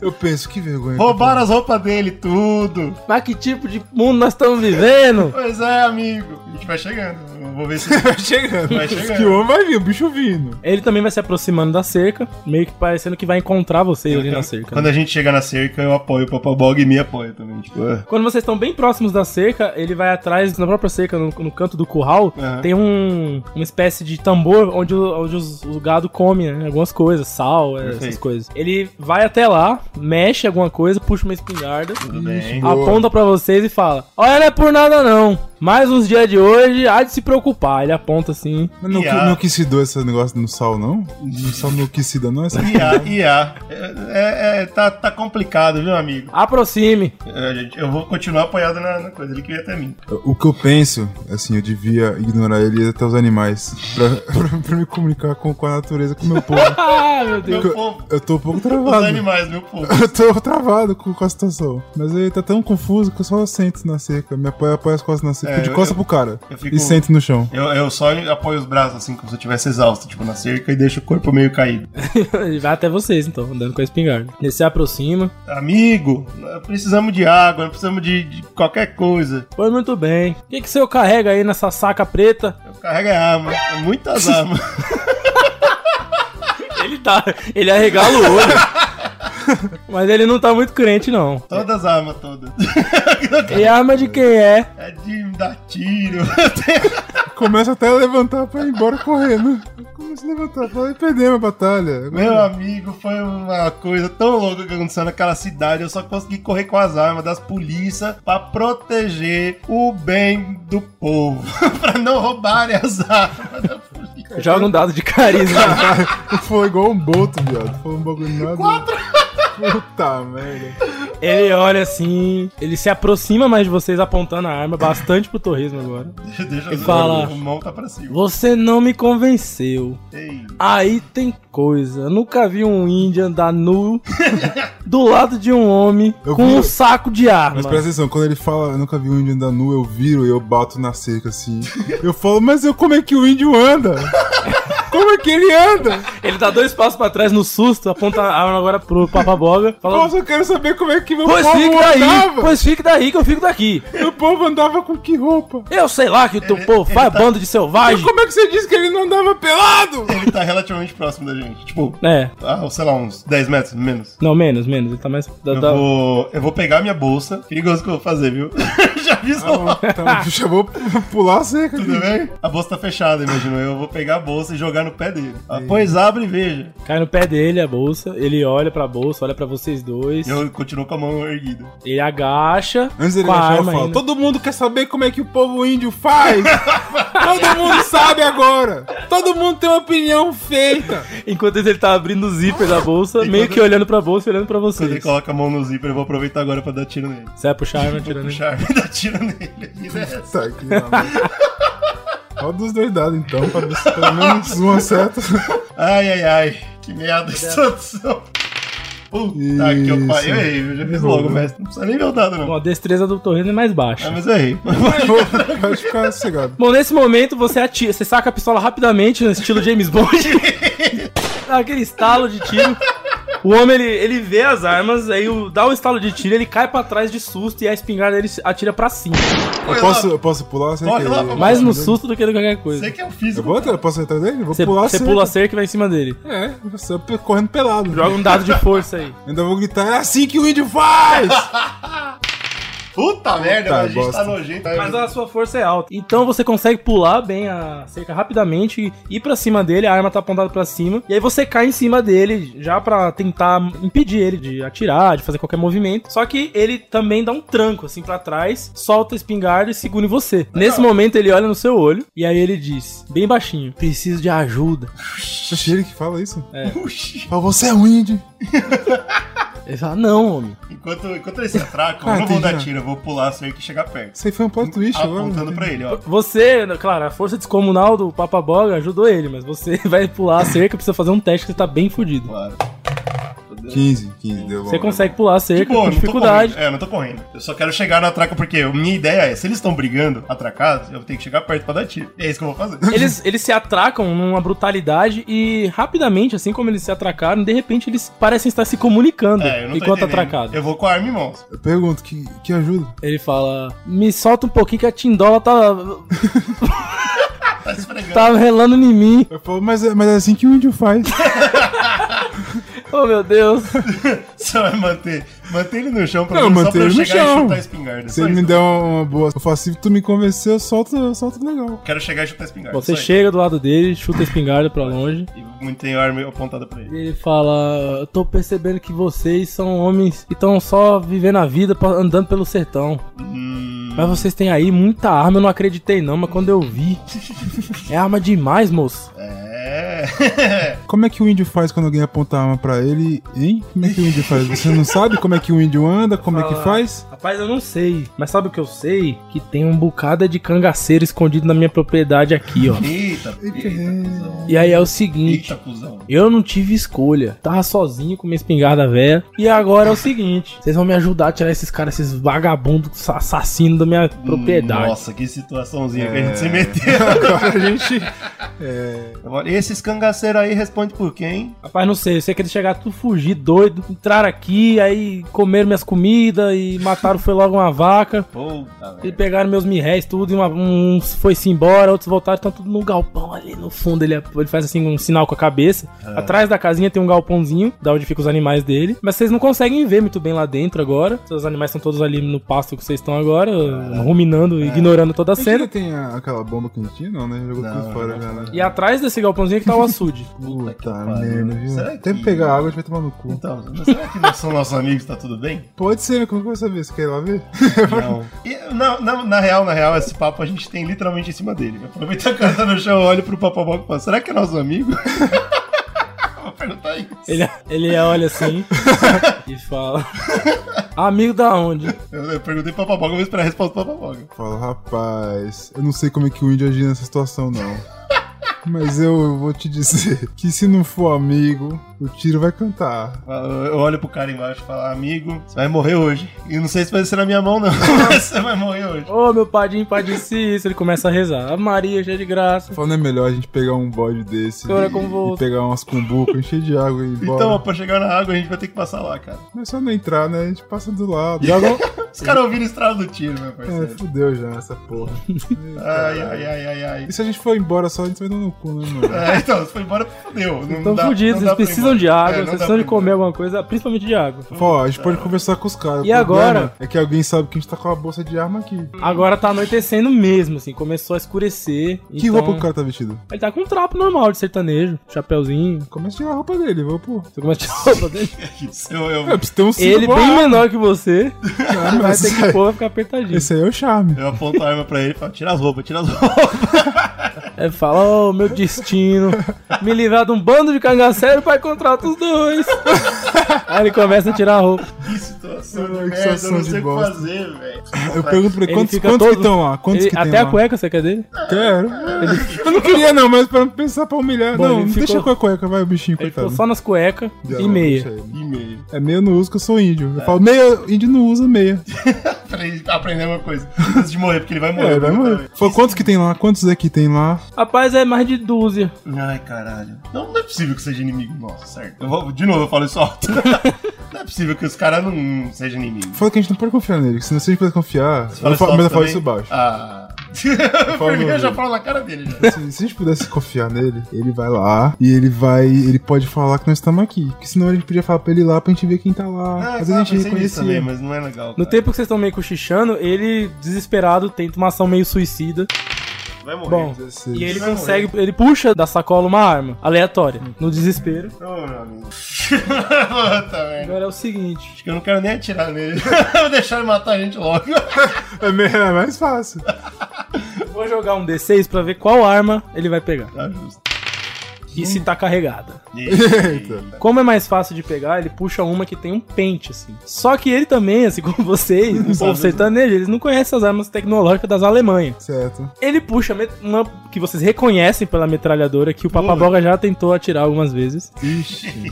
Speaker 4: Eu penso, que vergonha.
Speaker 3: Roubaram as roupas dele, tudo.
Speaker 2: Mas que tipo de mundo nós estamos vivendo?
Speaker 3: Pois é, amigo. A gente vai chegando. Eu vou ver se...
Speaker 4: Vai chegando.
Speaker 3: Vai chegando.
Speaker 4: Que homem vai vir, o bicho vindo.
Speaker 2: Ele também vai se aproximando da cerca, meio que parecendo que vai encontrar vocês ali na cerca. né?
Speaker 3: Quando a gente chega na cerca, eu apoio o Papabog e me apoio também. Tipo, é.
Speaker 2: Quando vocês estão bem próximos da cerca, ele vai atrás, na própria cerca, no, no canto do curral,
Speaker 3: Aham.
Speaker 2: tem um, uma espécie de tambor onde, o- onde os, o gado come, né? Algumas coisas, sal, é, essas
Speaker 3: Perfeito.
Speaker 2: coisas. Ele vai até lá, mexe alguma coisa, puxa uma espingarda,
Speaker 3: tudo bem.
Speaker 4: Boa.
Speaker 2: aponta pra vocês e fala: Olha, não é por nada não. Mais uns dias de hoje, há de se preocupar. Ele aponta assim.
Speaker 4: Mas não,
Speaker 3: Piá.
Speaker 4: não que se doa esse negócio no sal, não? No sal não que se dá, não? é assim. Essa
Speaker 3: Ia, ia. É, é, é, tá, tá complicado, viu, amigo?
Speaker 2: Aproxime.
Speaker 3: É, gente, Eu vou continuar apoiado na, na coisa. Ele que veio até mim.
Speaker 4: O que eu penso, assim, eu devia ignorar ele e ir até os animais. Pra, pra- pra me comunicar com, com a natureza, com o meu povo.
Speaker 2: Ah, meu Deus.
Speaker 3: Meu
Speaker 4: Eu-
Speaker 3: povo.
Speaker 4: Eu tô um pouco
Speaker 3: Os
Speaker 4: travado.
Speaker 3: animais, meu povo.
Speaker 4: Eu tô travado com, com a situação. Mas ele tá tão confuso que eu só sento na cerca. Me apoio, apoio as costas na cerca.
Speaker 3: É,
Speaker 4: fico de
Speaker 3: eu-
Speaker 4: costas
Speaker 3: eu-
Speaker 4: pro cara.
Speaker 3: eu fico-
Speaker 4: E sento no chão.
Speaker 3: Eu, eu só apoio os braços, assim, como se eu estivesse exausto, tipo, na cerca e deixo o corpo meio caído.
Speaker 2: Ele vai até vocês, então, andando com a espingarda. Ele se aproxima.
Speaker 3: Amigo, nós precisamos de água, nós precisamos de, de qualquer coisa.
Speaker 2: Pois muito bem. O que, que o senhor carrega aí nessa saca preta?
Speaker 3: Eu carrego a arma, é muitas armas.
Speaker 2: Ele tá. Ele arregala o olho. Mas ele não tá muito crente, não.
Speaker 3: todas as armas, todas.
Speaker 2: E a arma de quem é?
Speaker 3: É de dar tiro.
Speaker 4: Começa até a levantar pra ir embora correndo. Começa a levantar. Fala, perdemos a batalha.
Speaker 3: Meu amigo, foi uma coisa tão louca que aconteceu naquela cidade. Eu só consegui correr com as armas das polícias pra proteger o bem do povo. pra não roubarem as armas da polícia.
Speaker 2: Joga um dado de carisma.
Speaker 4: Foi igual um boto, viado. Foi um bagulho nada. Puta merda.
Speaker 2: Ele olha assim, ele se aproxima mais de vocês apontando a arma, bastante pro torresmo agora.
Speaker 3: Deixa
Speaker 2: Ele fala-
Speaker 3: O mão tá pra cima.
Speaker 2: Você não me convenceu.
Speaker 3: Ei,
Speaker 2: Aí tem coisa. Eu nunca vi um índio andar nu do lado de um homem
Speaker 4: Eu
Speaker 2: com
Speaker 4: vi.
Speaker 2: um saco de arma.
Speaker 4: Mas presta atenção, quando ele fala, eu nunca vi um índio andar nu, eu viro e eu bato na cerca assim. Eu falo, mas eu, como é que o índio anda? Como é que ele anda?
Speaker 2: Ele dá dois passos pra trás no susto, aponta a arma agora pro Papa Boga, falando.
Speaker 4: Nossa, eu quero saber como é que meu
Speaker 2: Pois
Speaker 4: povo
Speaker 2: fique daí,
Speaker 4: andava.
Speaker 2: pois fique daí que eu fico daqui.
Speaker 4: Meu povo andava com que roupa?
Speaker 2: Eu sei lá que o teu povo
Speaker 3: tá-
Speaker 2: faz bando de
Speaker 4: Mas
Speaker 2: selvagem.
Speaker 4: como é que você disse que ele não andava pelado?
Speaker 3: ele tá relativamente próximo da gente. Tipo,
Speaker 2: É,
Speaker 3: ah, sei lá, uns 10 metros, menos.
Speaker 2: não, menos, menos. Ele tá mais. da-
Speaker 3: Eu
Speaker 2: da-
Speaker 3: vou, eu vou pegar minha bolsa. Perigoso que eu vou fazer, viu? Já aviso
Speaker 2: Ah,
Speaker 3: lá.
Speaker 4: Então, já vou pular a cerca.
Speaker 3: Tudo bem? A bolsa tá fechada, imagino eu. Eu vou pegar a bolsa e jogar no pé dele. Ah, pois abre e veja.
Speaker 2: Cai no pé dele a bolsa, ele olha pra bolsa, olha pra vocês dois,
Speaker 3: Eu continuo com a mão erguida.
Speaker 2: ele agacha.
Speaker 4: Antes dele
Speaker 2: com a
Speaker 4: achar, eu
Speaker 2: arma
Speaker 4: falo,
Speaker 2: ainda.
Speaker 4: todo mundo quer saber como é que o povo índio faz. todo mundo sabe agora. Todo mundo tem uma opinião feita.
Speaker 2: Enquanto isso, ele tá abrindo o zíper da bolsa,
Speaker 3: Enquanto-
Speaker 2: meio que olhando pra bolsa e olhando pra
Speaker 3: Quando ele
Speaker 2: vocês.
Speaker 3: coloca a mão no zíper, eu vou aproveitar agora pra dar tiro nele.
Speaker 2: Você vai puxar a arma Tá tirando ele.
Speaker 3: Puxar e dar tiro nele. né? E desce.
Speaker 4: Tá aqui, Roda os dois dados então, pra ver se pelo menos um acerta.
Speaker 3: Ai, ai, ai. Que merda essa tradução. Puta que eu pai. Eu errei, eu já fiz
Speaker 4: Errou,
Speaker 3: logo,
Speaker 4: né?
Speaker 3: mestre. Não precisa nem ver o dado,
Speaker 2: Bom,
Speaker 3: não.
Speaker 2: a destreza do Torreno é mais baixa.
Speaker 3: Ah, mas eu errei.
Speaker 4: Pode ficar cegado.
Speaker 2: Bom, nesse momento você atira, você saca a pistola rapidamente, no estilo James Bond. Dá aquele estalo de tiro. O homem, ele, ele vê as armas, aí o- dá o estalo de tiro, ele cai pra trás de susto e a espingarda ele atira pra cima.
Speaker 4: Eu posso, eu posso pular a cerca?
Speaker 3: Olha lá,
Speaker 2: Mais no susto do que em qualquer coisa.
Speaker 3: Você que é o
Speaker 4: Eu
Speaker 3: físico.
Speaker 4: vou, eu posso entrar dele? Vou
Speaker 2: Você
Speaker 4: pular a
Speaker 2: você
Speaker 4: cerca.
Speaker 2: pula a cerca e vai em cima dele.
Speaker 4: É, você p- correndo pelado.
Speaker 2: Joga um dado de força aí.
Speaker 4: Ainda vou gritar, é assim que o índio faz!
Speaker 3: Puta merda,
Speaker 4: Puta
Speaker 3: a gente
Speaker 4: bosta.
Speaker 3: tá nojento.
Speaker 2: Mas a sua força é alta. Então você consegue pular bem a cerca rapidamente e ir pra cima dele, a arma tá apontada pra cima. E aí você cai em cima dele já pra tentar impedir ele de atirar, de fazer qualquer movimento. Só que ele também dá um tranco assim pra trás, solta a espingarda e segura em você. Nesse momento ele olha no seu olho e aí ele diz, bem baixinho: "Preciso de ajuda".
Speaker 4: Achei ele que fala isso.
Speaker 3: Oxi.
Speaker 4: Fala, você é um índio.
Speaker 2: Ele fala: "Não, homem.
Speaker 3: Enquanto, enquanto ele se atraca,
Speaker 4: Ah,
Speaker 3: eu não vou
Speaker 4: entendi,
Speaker 3: dar
Speaker 4: já.
Speaker 3: tiro, eu vou pular a cerca e chegar perto.
Speaker 4: Isso aí foi um plot twist
Speaker 3: Ah,
Speaker 4: agora.
Speaker 3: Apontando pra ele, ó.
Speaker 2: Você, claro, a força descomunal do Papa Boga ajudou ele, mas você vai pular a cerca, precisa fazer um teste que você tá bem fudido.
Speaker 3: Claro.
Speaker 4: 15, 15, deu bom.
Speaker 2: Você consegue pular a
Speaker 3: De
Speaker 2: cerca
Speaker 3: boa,
Speaker 2: com
Speaker 3: né? Tipo, não tô
Speaker 2: dificuldade.
Speaker 3: correndo. É, não tô correndo. Eu só quero chegar na atraca, porque a minha ideia é, se eles estão brigando, atracados, eu tenho que chegar perto pra dar tiro. É isso que eu vou fazer.
Speaker 2: Eles, eles se atracam numa brutalidade e rapidamente, assim como eles se atracaram, de repente eles parecem estar se comunicando
Speaker 3: É, eu não tô
Speaker 2: enquanto
Speaker 3: entendendo.
Speaker 2: atracado.
Speaker 3: Eu vou com a arma em mãos.
Speaker 4: Eu pergunto, que, que ajuda?
Speaker 2: Ele fala: Me solta um pouquinho que a Tindola tá,
Speaker 3: Tá esfregando.
Speaker 2: tá relando em mim.
Speaker 4: Eu falo, mas é, mas é assim que o índio faz.
Speaker 2: Oh meu Deus.
Speaker 3: Você vai manter. Manter ele no chão pra,
Speaker 4: Não,
Speaker 3: mim, só
Speaker 4: manter
Speaker 3: pra eu
Speaker 4: ele no
Speaker 3: chegar e
Speaker 4: chão.
Speaker 3: chutar a espingarda.
Speaker 4: Se
Speaker 3: Só
Speaker 4: ele
Speaker 3: isso.
Speaker 4: me der uma boa. Eu falo, se tu me convencer, eu solto, eu solto legal.
Speaker 3: Quero chegar e chutar a espingarda.
Speaker 2: Você
Speaker 3: só isso.
Speaker 2: chega do lado dele, chuta a espingarda pra longe.
Speaker 3: E mantenho a arma apontada pra
Speaker 2: E
Speaker 3: ele.
Speaker 2: ele fala: Eu tô percebendo que vocês são homens que estão só vivendo a vida pa- andando pelo sertão.
Speaker 3: Hum,
Speaker 2: Mas vocês têm aí muita arma, eu não acreditei não, mas quando eu vi. É arma demais, moço.
Speaker 3: é.
Speaker 4: Como é que o índio faz quando alguém aponta a arma pra ele, hein? Como é que o índio faz? Você não sabe como é que o índio anda, como é que
Speaker 2: Fala.
Speaker 4: faz?
Speaker 2: Rapaz, eu não sei. Mas sabe o que eu sei? Que tem um bocado de cangaceiro escondido na minha propriedade aqui, ó.
Speaker 3: Eita, eita, cuzão.
Speaker 2: E aí é o seguinte.
Speaker 3: Eita, cuzão.
Speaker 2: Eu não tive escolha. Tava sozinho com minha espingarda velha. E agora é o seguinte: vocês vão me ajudar a tirar esses caras, esses vagabundos assassinos da minha propriedade.
Speaker 3: Nossa, que situaçãozinha que a gente se meteu.
Speaker 4: Agora a gente.
Speaker 3: Agora, Esses cangaceiros aí respondem por quem?
Speaker 2: Rapaz, não sei, eu sei que eles chegaram tudo fugir, doido. Entraram aqui, aí comeram minhas comidas e mataram, foi logo uma vaca.
Speaker 3: Puta
Speaker 2: Eles
Speaker 3: merda.
Speaker 2: pegaram meus mirréis, tudo, e uma- uns foi-se embora, outros voltaram, estão tudo no galpão ali no fundo. Ele, ele faz assim um sinal com a cabeça. Atrás da casinha tem um galpãozinho, da onde ficam os animais dele. Mas vocês não conseguem ver muito bem lá dentro agora. Seus animais estão todos ali no pasto que vocês estão agora, ruminando, ignorando toda a
Speaker 4: A gente ainda
Speaker 2: cena.
Speaker 4: tem a- aquela bomba que a gente tinha, não, né? Jogou
Speaker 3: Não,
Speaker 4: tudo fora,
Speaker 3: não.
Speaker 4: galera.
Speaker 2: E atrás desse galpãozinho que tá o açude.
Speaker 3: Puta que
Speaker 4: Puta
Speaker 3: pariu.
Speaker 4: merda, viu?
Speaker 3: Será
Speaker 4: Até
Speaker 3: que-
Speaker 4: pegar água, a gente vai tomar no cu.
Speaker 3: Então, mas será que não são nossos amigos, tá tudo bem?
Speaker 4: Pode ser, mas como é que eu vou saber? Você quer ir lá ver?
Speaker 3: Não. E, na, na- na real, na real, esse papo a gente tem literalmente em cima dele. Aproveita que ela tá no chão, eu olho pro papaboco e falo, será que é nosso amigo? Vou perguntar isso.
Speaker 2: Ele, ele olha assim e fala: Amigo da onde?
Speaker 3: Eu, eu perguntei pra Papaboga, vou esperar a resposta do Papaboga.
Speaker 4: Fala, rapaz, eu não sei como é que o índio agiu nessa situação, não. Mas eu vou te dizer que se não for amigo, o tiro vai cantar.
Speaker 3: Eu eu olho pro cara embaixo e falo, amigo, você vai morrer hoje. E não sei se vai ser na minha mão, não, mas você vai morrer hoje.
Speaker 2: Ô, meu padinho, padinho, se isso. Ele começa a rezar. Ave Maria, cheia de graça.
Speaker 4: Falando é melhor a gente pegar um bode desse
Speaker 2: Cara,
Speaker 4: e,
Speaker 2: é como vou-
Speaker 4: e pegar umas cumbucas, encher de água e ir embora.
Speaker 3: Então, pra chegar na água, a gente vai ter que passar lá, cara.
Speaker 4: Não é só não entrar, né? A gente passa do lado.
Speaker 2: Joga um...
Speaker 3: Os caras ouviram estrada do tiro, meu
Speaker 4: É,
Speaker 3: parceiro.
Speaker 4: fudeu já essa porra.
Speaker 3: Ai, ai, ai, ai, ai.
Speaker 4: E se a gente for embora só, a gente vai dando no cu, né, mano?
Speaker 3: É, então, se foi embora, fodeu. Não
Speaker 2: Estão
Speaker 3: dá- não
Speaker 2: fudidos,
Speaker 3: dá
Speaker 2: eles
Speaker 3: pra ir
Speaker 2: precisam
Speaker 3: embora.
Speaker 2: de
Speaker 3: É,
Speaker 2: água,
Speaker 3: não
Speaker 2: eles
Speaker 3: dá
Speaker 2: precisam
Speaker 3: pra
Speaker 2: de
Speaker 3: ir
Speaker 2: comer
Speaker 3: embora.
Speaker 2: alguma coisa, principalmente de água.
Speaker 4: Fala, ó, a gente pode conversar com os
Speaker 2: E
Speaker 4: caras. O problema
Speaker 2: agora?
Speaker 4: É que alguém sabe que a gente tá com a bolsa de arma aqui.
Speaker 2: Agora tá anoitecendo mesmo, assim, começou a escurecer.
Speaker 4: Que
Speaker 2: então-
Speaker 4: roupa o cara tá vestido?
Speaker 2: Ele tá com um trapo normal de sertanejo, chapéuzinho.
Speaker 4: Começa a tirar a roupa dele, vou pô.
Speaker 2: Você começa a tirar a roupa dele.
Speaker 3: Isso, eu, eu,
Speaker 4: É, precisa ter um cinto
Speaker 2: Ele
Speaker 4: bom.
Speaker 2: bem menor que você,
Speaker 4: Ah,
Speaker 2: vai
Speaker 4: mas
Speaker 2: ter que
Speaker 4: esse-
Speaker 2: pôr vai ficar apertadinho.
Speaker 4: Esse aí é o charme.
Speaker 3: eu aponto a arma pra ele e falo, tira as roupas, tira as roupas.
Speaker 2: Ele É, fala, ô meu destino, me livrar de um bando de cangaceiro pra encontrar os dois. Aí ele começa a tirar a roupa.
Speaker 3: Que situação de
Speaker 4: Ai, que
Speaker 3: merda, eu
Speaker 4: é situação
Speaker 3: não
Speaker 4: de
Speaker 3: sei o que
Speaker 4: bosta.
Speaker 3: fazer, velho.
Speaker 4: Eu pergunto pra ele,
Speaker 2: Ele
Speaker 4: quantos,
Speaker 2: fica
Speaker 4: quantos
Speaker 2: todo-
Speaker 4: que estão lá? Quantos
Speaker 2: Ele-
Speaker 4: que tem
Speaker 2: até
Speaker 4: lá?
Speaker 2: a cueca você quer dele?
Speaker 4: Quero. Eu não queria não, mas pra pensar pra humilhar.
Speaker 2: Bom,
Speaker 4: não,
Speaker 2: ele
Speaker 4: deixa
Speaker 2: ficou-
Speaker 4: com a cueca, vai o bichinho,
Speaker 2: Ele
Speaker 4: coitado.
Speaker 2: ficou só nas cuecas
Speaker 4: Já,
Speaker 2: e
Speaker 4: não,
Speaker 2: meia.
Speaker 4: deixa
Speaker 2: É.
Speaker 4: ele.
Speaker 3: E meio.
Speaker 4: É meia eu não uso que eu sou índio. Eu falo, meia, índio não usa meia.
Speaker 3: Falei, aprender uma coisa. Antes de morrer, porque ele vai morrer.
Speaker 4: É, vai
Speaker 3: né,
Speaker 4: morrer.
Speaker 3: cara?
Speaker 4: Falou, quantos que tem lá? Quantos é que tem lá?
Speaker 2: Rapaz, é mais de dúzia.
Speaker 3: Ai, caralho. Não, não é possível que seja inimigo nosso, certo? Eu vou, de novo, eu falo isso alto. não é possível que os caras não sejam inimigos.
Speaker 4: Falou que a gente não pode confiar nele, que senão se a gente puder confiar...
Speaker 3: Você
Speaker 4: Eu
Speaker 3: fala
Speaker 4: falo,
Speaker 3: alto
Speaker 4: mas eu falo
Speaker 3: também?
Speaker 4: isso baixo.
Speaker 3: Ah.
Speaker 4: falo
Speaker 3: Primeiro eu já
Speaker 4: no-
Speaker 3: falo na cara dele. Já.
Speaker 4: Se, se a gente pudesse confiar nele, ele vai lá e ele vai. Ele pode falar que nós estamos aqui. Porque senão a gente podia falar pra ele ir lá pra gente ver quem tá lá.
Speaker 3: Ah,
Speaker 4: Às vezes
Speaker 3: claro,
Speaker 4: a gente
Speaker 3: pensei nisso
Speaker 4: reconhecia.
Speaker 3: também, mas não é legal.
Speaker 2: No
Speaker 3: cara.
Speaker 2: tempo que vocês estão meio cochichando, ele, desesperado, tenta uma ação meio suicida.
Speaker 3: Vai morrer.
Speaker 2: Bom,
Speaker 4: Dezesseis.
Speaker 2: e ele
Speaker 3: Vai
Speaker 2: consegue, ele puxa da sacola uma arma aleatória, no desespero.
Speaker 3: Ô, tá meu amigo. Puta merda.
Speaker 2: Agora é o seguinte.
Speaker 3: Acho que eu não quero nem atirar nele. Vou deixar ele matar a gente logo. Tá
Speaker 4: É, me- é mais fácil.
Speaker 2: eu Vou jogar um D6 pra ver qual arma ele vai pegar.
Speaker 3: Tá justo.
Speaker 2: E se tá carregada.
Speaker 3: Eita.
Speaker 2: Como é mais fácil de pegar, ele puxa uma que tem um pente, assim. Só que ele também, assim como vocês, o povo sertanejo, eles não conhecem as armas tecnológicas das Alemanhas.
Speaker 4: Certo.
Speaker 2: Ele puxa met- uma que vocês reconhecem pela metralhadora, que o Papaboga já tentou atirar algumas vezes.
Speaker 4: Ixi.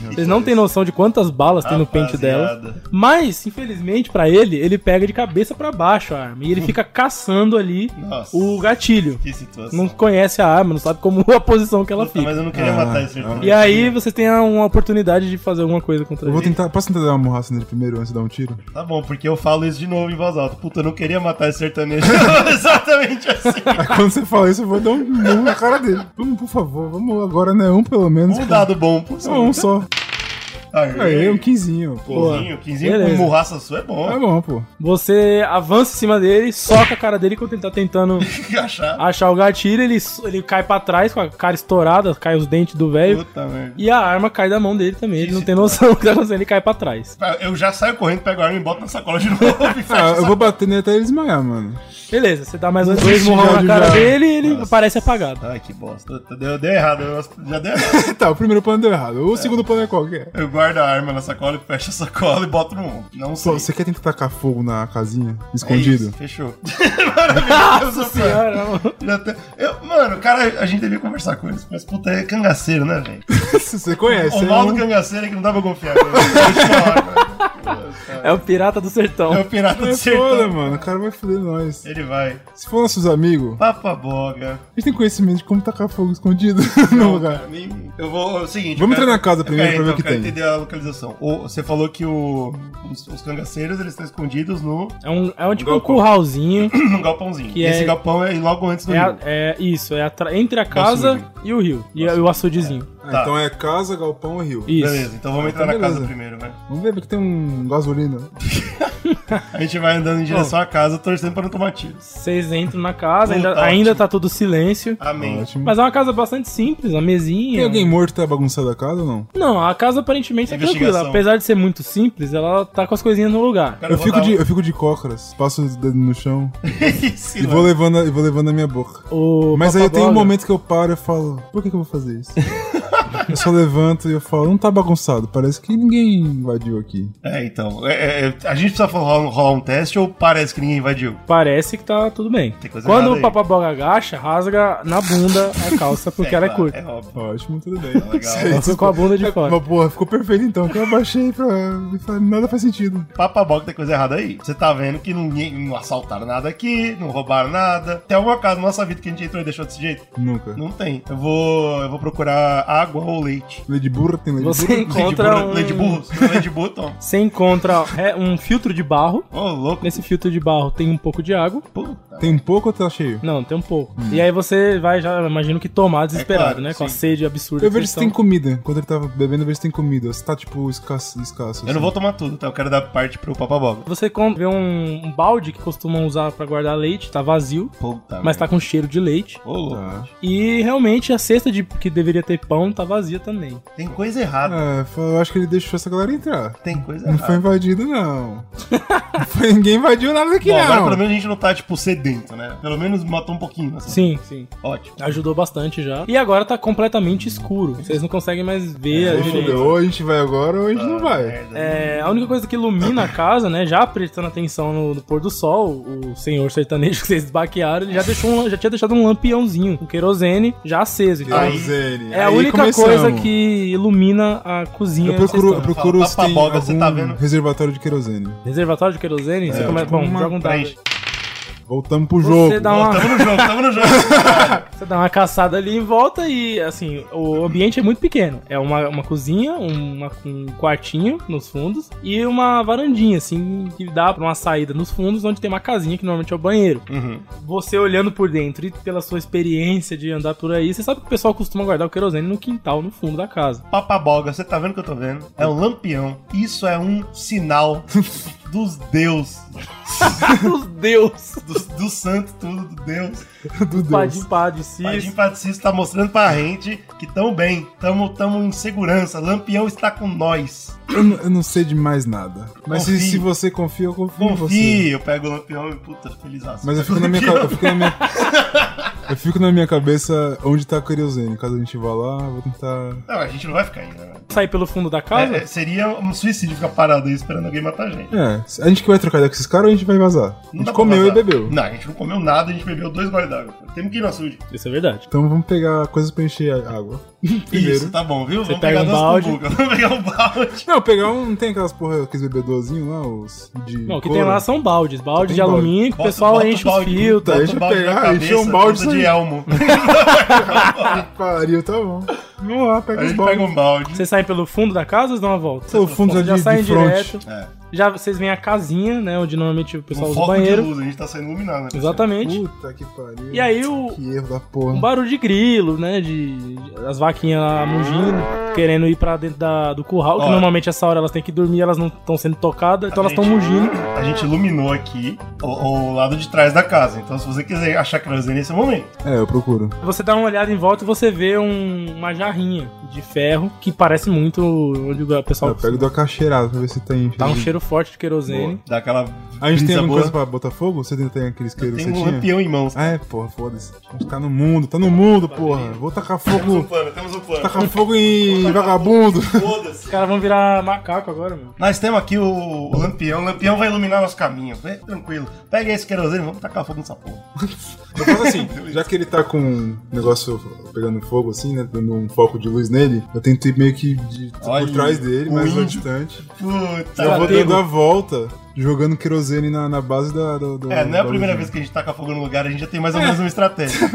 Speaker 2: Vocês não têm noção de quantas balas tem no pente dela.
Speaker 3: Rapaziada.
Speaker 2: Mas, infelizmente pra ele, ele pega de cabeça pra baixo a arma. E ele fica caçando ali
Speaker 3: Nossa.
Speaker 2: o gatilho.
Speaker 3: Que situação.
Speaker 2: Não conhece a arma, não sabe como a posição que ela
Speaker 3: Puta,
Speaker 2: fica.
Speaker 3: mas é eu não queria
Speaker 4: Ah,
Speaker 3: matar esse
Speaker 4: ah.
Speaker 3: sertanejo.
Speaker 2: E aí vocês têm uma oportunidade de fazer alguma coisa contra
Speaker 4: Eu vou
Speaker 2: ele.
Speaker 4: tentar. Posso tentar dar uma morraça nele primeiro antes de dar um tiro?
Speaker 3: Tá bom, porque eu falo isso de novo em voz alta. Puta, eu não queria matar esse sertanejo. Exatamente assim.
Speaker 4: Aí quando você fala isso, eu vou dar um murro na cara dele. Vamos, por favor, vamos agora, né? Um pelo menos.
Speaker 3: Um
Speaker 4: pô.
Speaker 3: dado bom. Tá, Pô,
Speaker 4: Só um só. Aí, um quinzinho. Pô.
Speaker 3: Quinzinho, quinzinho
Speaker 2: Beleza.
Speaker 3: com murraça sua é bom.
Speaker 4: É bom, pô.
Speaker 2: Você avança em cima dele, soca a cara dele quando ele tá tentando
Speaker 3: Achar.
Speaker 2: achar o gatilho, ele, so- ele cai pra trás com a cara estourada, cai os dentes do velho.
Speaker 3: Puta merda.
Speaker 2: E a arma cai da mão dele também, ele
Speaker 3: Que
Speaker 2: não tem noção do que tá acontecendo, ele cai pra trás.
Speaker 3: Eu já saio correndo, pego a arma e boto na sacola de novo. e fecho
Speaker 4: Ah,
Speaker 3: essa-
Speaker 4: eu vou bater nele até ele desmaiar, mano.
Speaker 2: Beleza, você dá mais
Speaker 4: Não
Speaker 2: dois
Speaker 4: existe
Speaker 2: murrão na
Speaker 4: ódio
Speaker 2: cara
Speaker 4: já.
Speaker 2: dele e ele
Speaker 3: Nossa.
Speaker 2: parece apagado.
Speaker 3: Ai, que bosta. Puta, Deu, deu errado. eu- Já deu errado.
Speaker 4: tá, o primeiro plano deu errado. O segundo plano é qual que é?
Speaker 3: Eu guardo a arma na sacola, fecho a sacola e boto no ombro. Não sei.
Speaker 4: Pô, você quer tentar tacar fogo na casinha?
Speaker 3: É isso,
Speaker 4: Escondido?
Speaker 3: fechou. Maravilhoso, mano.
Speaker 2: Cara, mano.
Speaker 3: Já tem- Eu, mano, cara, a gente devia conversar com eles, mas puta, é cangaceiro, né, velho?
Speaker 4: você conhece,
Speaker 3: O
Speaker 4: é
Speaker 3: mal do
Speaker 4: um-
Speaker 3: cangaceiro é que não dá pra confiar. né? Deixa eu né? falar,
Speaker 2: é o pirata do sertão.
Speaker 3: cara. É o pirata
Speaker 4: É
Speaker 3: do
Speaker 4: foda,
Speaker 3: sertão.
Speaker 4: mano. O cara vai foder nós.
Speaker 3: Ele vai.
Speaker 4: Se for nossos amigos,
Speaker 3: Papa boga.
Speaker 4: a gente tem conhecimento de como tacar fogo escondido no lugar.
Speaker 3: Então, Pra mim, Eu vou. é o seguinte.
Speaker 4: Vamos
Speaker 3: eu
Speaker 4: entrar na casa
Speaker 3: eu
Speaker 4: primeiro
Speaker 3: quero- então,
Speaker 4: pra ver o que
Speaker 3: eu quero
Speaker 4: tem.
Speaker 3: entender a localização. O- você falou que o- os, os cangaceiros eles estão escondidos no,
Speaker 2: É um, é um tipo um
Speaker 4: Galpão.
Speaker 2: curralzinho.
Speaker 3: num galpãozinho.
Speaker 2: Que
Speaker 3: E esse
Speaker 2: é-
Speaker 3: galpão é logo antes do
Speaker 2: É, a-
Speaker 3: rio.
Speaker 2: é isso, é atra- entre a casa
Speaker 3: açude.
Speaker 2: e o rio. E, e o açudezinho.
Speaker 4: Ah,
Speaker 3: Tá.
Speaker 4: então é casa, galpão e rio.
Speaker 2: Isso.
Speaker 3: Beleza, então vamos entrar
Speaker 4: Então,
Speaker 3: na casa
Speaker 4: beleza.
Speaker 3: primeiro, vai.
Speaker 4: Vamos ver porque tem um gasolina.
Speaker 3: A gente vai andando em direção à casa, torcendo pra não tomar tiro.
Speaker 2: Vocês entram na casa,
Speaker 3: Puta,
Speaker 2: ainda, ainda
Speaker 3: ótimo.
Speaker 2: tá tudo silêncio.
Speaker 3: Amém.
Speaker 4: Ótimo.
Speaker 2: Mas é uma casa bastante simples, a mesinha.
Speaker 4: Tem
Speaker 3: né?
Speaker 4: alguém morto que tá bagunçando a casa ou não?
Speaker 2: Não, a casa aparentemente tá
Speaker 3: Investigação.
Speaker 2: tranquila. Apesar de ser muito simples, ela tá com as coisinhas no lugar.
Speaker 3: Cara,
Speaker 4: Eu
Speaker 3: vou
Speaker 4: fico,
Speaker 3: dar
Speaker 4: de,
Speaker 3: um-
Speaker 4: eu fico de cócoras, passo os dedos no chão
Speaker 3: Isso,
Speaker 4: e
Speaker 3: mano.
Speaker 4: vou levando, a- e vou levando a minha boca.
Speaker 2: O
Speaker 4: Mas aí tem um
Speaker 2: Papaboga-
Speaker 4: momento que eu paro e falo, por que, que eu vou fazer isso? Eu só levanto e eu falo, não tá bagunçado, parece que ninguém invadiu aqui.
Speaker 3: É, então. é, é, a gente precisa rolar, um- rolar um teste ou parece que ninguém invadiu?
Speaker 2: Parece que tá tudo bem.
Speaker 3: Tem coisa
Speaker 2: Quando
Speaker 3: errada
Speaker 2: o
Speaker 3: aí.
Speaker 2: papaboga agacha, rasga na bunda a calça porque ela é
Speaker 3: claro,
Speaker 2: curta.
Speaker 3: É óbvio.
Speaker 4: Ótimo, tudo bem. É,
Speaker 3: Legal.
Speaker 2: Ela ficou com a bunda de fora.
Speaker 4: Mas porra, ficou perfeito então, que eu abaixei pra. Nada faz sentido.
Speaker 3: Papaboca tem coisa errada aí. Você tá vendo que ninguém, não assaltaram nada aqui, não roubaram nada. Tem alguma casa na nossa vida que a gente entrou e deixou desse jeito?
Speaker 4: Nunca.
Speaker 3: Não tem. Eu vou, eu vou procurar água ou leite.
Speaker 4: Lady Burra tem Lady
Speaker 2: Você
Speaker 4: Burra.
Speaker 2: encontra um...
Speaker 3: Leite burro? Se não é Leite burro, toma.
Speaker 2: Você encontra é, um filtro de barro.
Speaker 3: Ô, louco.
Speaker 2: Nesse filtro de barro tem um pouco de água.
Speaker 3: Puta.
Speaker 4: Tem um pouco ou tá cheio?
Speaker 2: Não, tem um pouco.
Speaker 4: Hum.
Speaker 2: E aí você vai já, imagino que tomar desesperado,
Speaker 3: É claro,
Speaker 2: né? Com a
Speaker 3: sim.
Speaker 2: sede absurda.
Speaker 4: Eu
Speaker 2: que
Speaker 4: vejo
Speaker 2: vocês
Speaker 4: se tem
Speaker 2: estão.
Speaker 4: comida. Quando ele tava bebendo, eu vejo se tem comida. Se tá, tipo, escasso. escasso
Speaker 3: Eu não
Speaker 4: assim.
Speaker 3: vou tomar tudo, tá? Eu quero dar parte pro papaboca.
Speaker 2: Você com- vê um, um balde que costumam usar pra guardar leite, tá vazio,
Speaker 3: Puta.
Speaker 2: mas tá
Speaker 3: merda.
Speaker 2: com cheiro de leite.
Speaker 3: Ô, louco.
Speaker 4: Tá.
Speaker 2: E realmente a cesta de que deveria ter pão tá vazia também.
Speaker 3: Tem coisa errada.
Speaker 4: É, foi- eu acho que ele deixou essa galera entrar.
Speaker 3: Tem coisa
Speaker 4: Ah. Não foi
Speaker 3: errada.
Speaker 4: invadido, não. não foi, ninguém invadiu nada daqui,
Speaker 3: Bom, agora pelo
Speaker 4: não.
Speaker 3: menos a gente não tá, tipo, sedento, né? Pelo menos matou um pouquinho. Assim.
Speaker 2: Sim, sim.
Speaker 3: Ótimo.
Speaker 2: Ajudou bastante já. E agora tá completamente escuro. Vocês não conseguem mais ver
Speaker 3: É,
Speaker 2: a
Speaker 4: Fudeu,
Speaker 2: direito.
Speaker 4: Ou a gente vai agora ou a gente não
Speaker 3: Ah,
Speaker 4: vai.
Speaker 3: merda.
Speaker 2: É, a única coisa que ilumina a casa, né? Já prestando atenção no, no pôr do sol, o senhor sertanejo que vocês baquearam, ele já, deixou um- já tinha deixado um lampiãozinho, um querosene, já aceso. Então,
Speaker 3: Aí-
Speaker 4: Querosene.
Speaker 2: é a
Speaker 4: Aí
Speaker 2: única
Speaker 4: começamos.
Speaker 2: coisa que ilumina a cozinha.
Speaker 4: Eu
Speaker 2: que vocês
Speaker 4: procuro, eu
Speaker 2: estão.
Speaker 4: procuro
Speaker 3: Fala,
Speaker 4: se tem
Speaker 3: papaboga, você
Speaker 4: algum
Speaker 3: tá vendo?
Speaker 4: reservatório de querosene.
Speaker 2: Reservatório de querosene? você começa.
Speaker 4: tipo
Speaker 2: Bom,
Speaker 4: uma
Speaker 2: joga um dado.
Speaker 3: Preenche.
Speaker 4: Voltamos pro
Speaker 2: Você
Speaker 4: jogo.
Speaker 2: dá, uma,
Speaker 3: Tamo no jogo, tamo no jogo.
Speaker 2: você dá uma caçada ali em volta e, assim, o ambiente é muito pequeno. É uma, uma cozinha, uma- um quartinho nos fundos e uma varandinha, assim, que dá pra uma saída nos fundos, onde tem uma casinha que normalmente é o banheiro.
Speaker 3: uhum.
Speaker 2: Você olhando por dentro e pela sua experiência de andar por aí, você sabe que o pessoal costuma guardar o querosene no quintal, no fundo da casa.
Speaker 3: Papaboga, você tá vendo o que eu tô vendo? É um lampião. Isso é um sinal dos deus.
Speaker 2: Meu Deus!
Speaker 3: Dos, do santo tudo, do deus.
Speaker 4: Do Deus.
Speaker 2: Padim pá de si.
Speaker 3: Padim Patricício tá mostrando pra gente que tamo bem. Tamo, tamo em segurança. Lampião está com nós.
Speaker 4: Eu, n- eu não sei de mais nada. Mas se,
Speaker 3: Confie.
Speaker 4: se você confia, eu confio, em você.
Speaker 3: Confio, eu pego o lampião e puta, feliz aço.
Speaker 4: Mas eu fico na minha ca- eu fico na minha Eu fico na minha cabeça onde tá a querosene. Caso a gente vá lá, eu vou tentar.
Speaker 3: Não, a gente não vai ficar aí, né? velho?
Speaker 2: Sair pelo fundo da casa?
Speaker 3: É, é, seria um suicídio ficar parado aí esperando alguém matar a gente.
Speaker 4: É, a gente que vai trocar ideia com esses caras ou a gente vai vazar? A
Speaker 3: Não dá
Speaker 4: gente
Speaker 3: pra
Speaker 4: comeu e
Speaker 3: vazar.
Speaker 4: bebeu.
Speaker 3: Não, a gente não comeu nada, a gente bebeu dois goles d'água. Temos que ir no açude.
Speaker 2: Isso é verdade.
Speaker 4: Então vamos pegar coisas pra encher a água. Primeiro.
Speaker 3: Isso, tá bom, viu?
Speaker 2: Você pega um
Speaker 3: duas
Speaker 2: balde.
Speaker 3: cumbucas. Vamos pegar um balde.
Speaker 4: Não, pegar um. Não tem aquelas porra, aqueles bebedorzinhos lá, os. De
Speaker 2: Não, o que
Speaker 4: couro?
Speaker 2: tem lá são baldes. Baldes
Speaker 4: tem
Speaker 2: de
Speaker 4: balde.
Speaker 2: alumínio que o
Speaker 3: Bota-
Speaker 2: pessoal
Speaker 3: bota o
Speaker 2: enche os
Speaker 3: balde,
Speaker 2: fios.
Speaker 4: puta.
Speaker 3: bota o
Speaker 4: deixa eu
Speaker 3: balde na
Speaker 4: pegar, encher
Speaker 3: cabeça,
Speaker 4: um balde
Speaker 3: puta de
Speaker 4: isso aí.
Speaker 3: elmo.
Speaker 4: Pariu, tá bom. Vamos lá, pega
Speaker 3: A
Speaker 4: os
Speaker 3: gente pega
Speaker 4: balde.
Speaker 3: um balde.
Speaker 2: Vocês saem pelo fundo da casa ou dão uma volta?
Speaker 4: Pelo fundo
Speaker 2: Vocês
Speaker 4: já
Speaker 2: já
Speaker 4: de-
Speaker 2: saem
Speaker 4: de frente.
Speaker 2: direto.
Speaker 3: É.
Speaker 2: Já vocês veem a casinha, né? Onde normalmente o pessoal
Speaker 3: Um
Speaker 2: usa o
Speaker 3: foco de
Speaker 2: banheiro.
Speaker 3: luz, a gente tá saindo iluminado, né? pessoal?
Speaker 2: Exatamente.
Speaker 4: Puta que pariu.
Speaker 2: E aí o,
Speaker 4: Que erro da
Speaker 2: um
Speaker 4: porra.
Speaker 2: barulho de grilo, né? De, de- as vaquinhas lá mugindo, querendo ir pra dentro da- do curral, que
Speaker 3: Ó.
Speaker 2: normalmente essa hora elas têm que dormir, elas não estão sendo tocadas, então
Speaker 3: A
Speaker 2: elas estão
Speaker 3: gente-
Speaker 2: mugindo.
Speaker 3: A gente iluminou aqui o, o lado de trás da casa. Então, se você quiser achar querosene nesse momento,
Speaker 4: É, eu procuro.
Speaker 2: Você dá uma olhada em volta e você vê um- uma jarrinha de ferro que parece muito onde o pessoal
Speaker 4: Eu pego e dou a cacheirada pra ver se tem.
Speaker 2: tá um cheiro forte de querosene.
Speaker 3: dá aquela.
Speaker 4: A gente tem
Speaker 3: brisa
Speaker 4: alguma
Speaker 3: boa.
Speaker 4: coisa pra botar fogo? Você tem aqueles que
Speaker 3: Tem
Speaker 4: você
Speaker 3: um
Speaker 4: tinha?
Speaker 3: lampião em mãos.
Speaker 4: Ah, é, porra, foda-se. A gente tá no mundo, tá no mundo, porra. Vou tacar
Speaker 3: Temos um
Speaker 4: fogo.
Speaker 3: plano, temos um plano.
Speaker 4: Tacar fogo em vagabundo.
Speaker 3: Foda-se.
Speaker 2: Os caras vão virar macaco agora, meu.
Speaker 3: Nós temos aqui o, o lampião. O lampião vai iluminar nosso caminho. Vem, tranquilo. Pega esse querosene, vamos tacar fogo nessa porra.
Speaker 4: Eu faço assim, já que ele tá com um negócio pegando fogo assim, né? Dando um foco de luz nele, eu tento ir meio que de-
Speaker 3: Olha,
Speaker 4: por trás dele,
Speaker 3: o
Speaker 4: mais
Speaker 3: índio.
Speaker 4: distante.
Speaker 3: Puta.
Speaker 4: Eu vou
Speaker 2: Desapego.
Speaker 4: dando a volta, jogando querosene na, na base da. Do, do-
Speaker 3: É, não é a
Speaker 4: da
Speaker 3: primeira vez
Speaker 4: luzinha.
Speaker 3: que a gente taca fogo no lugar, a gente já tem mais ou menos uma estratégia.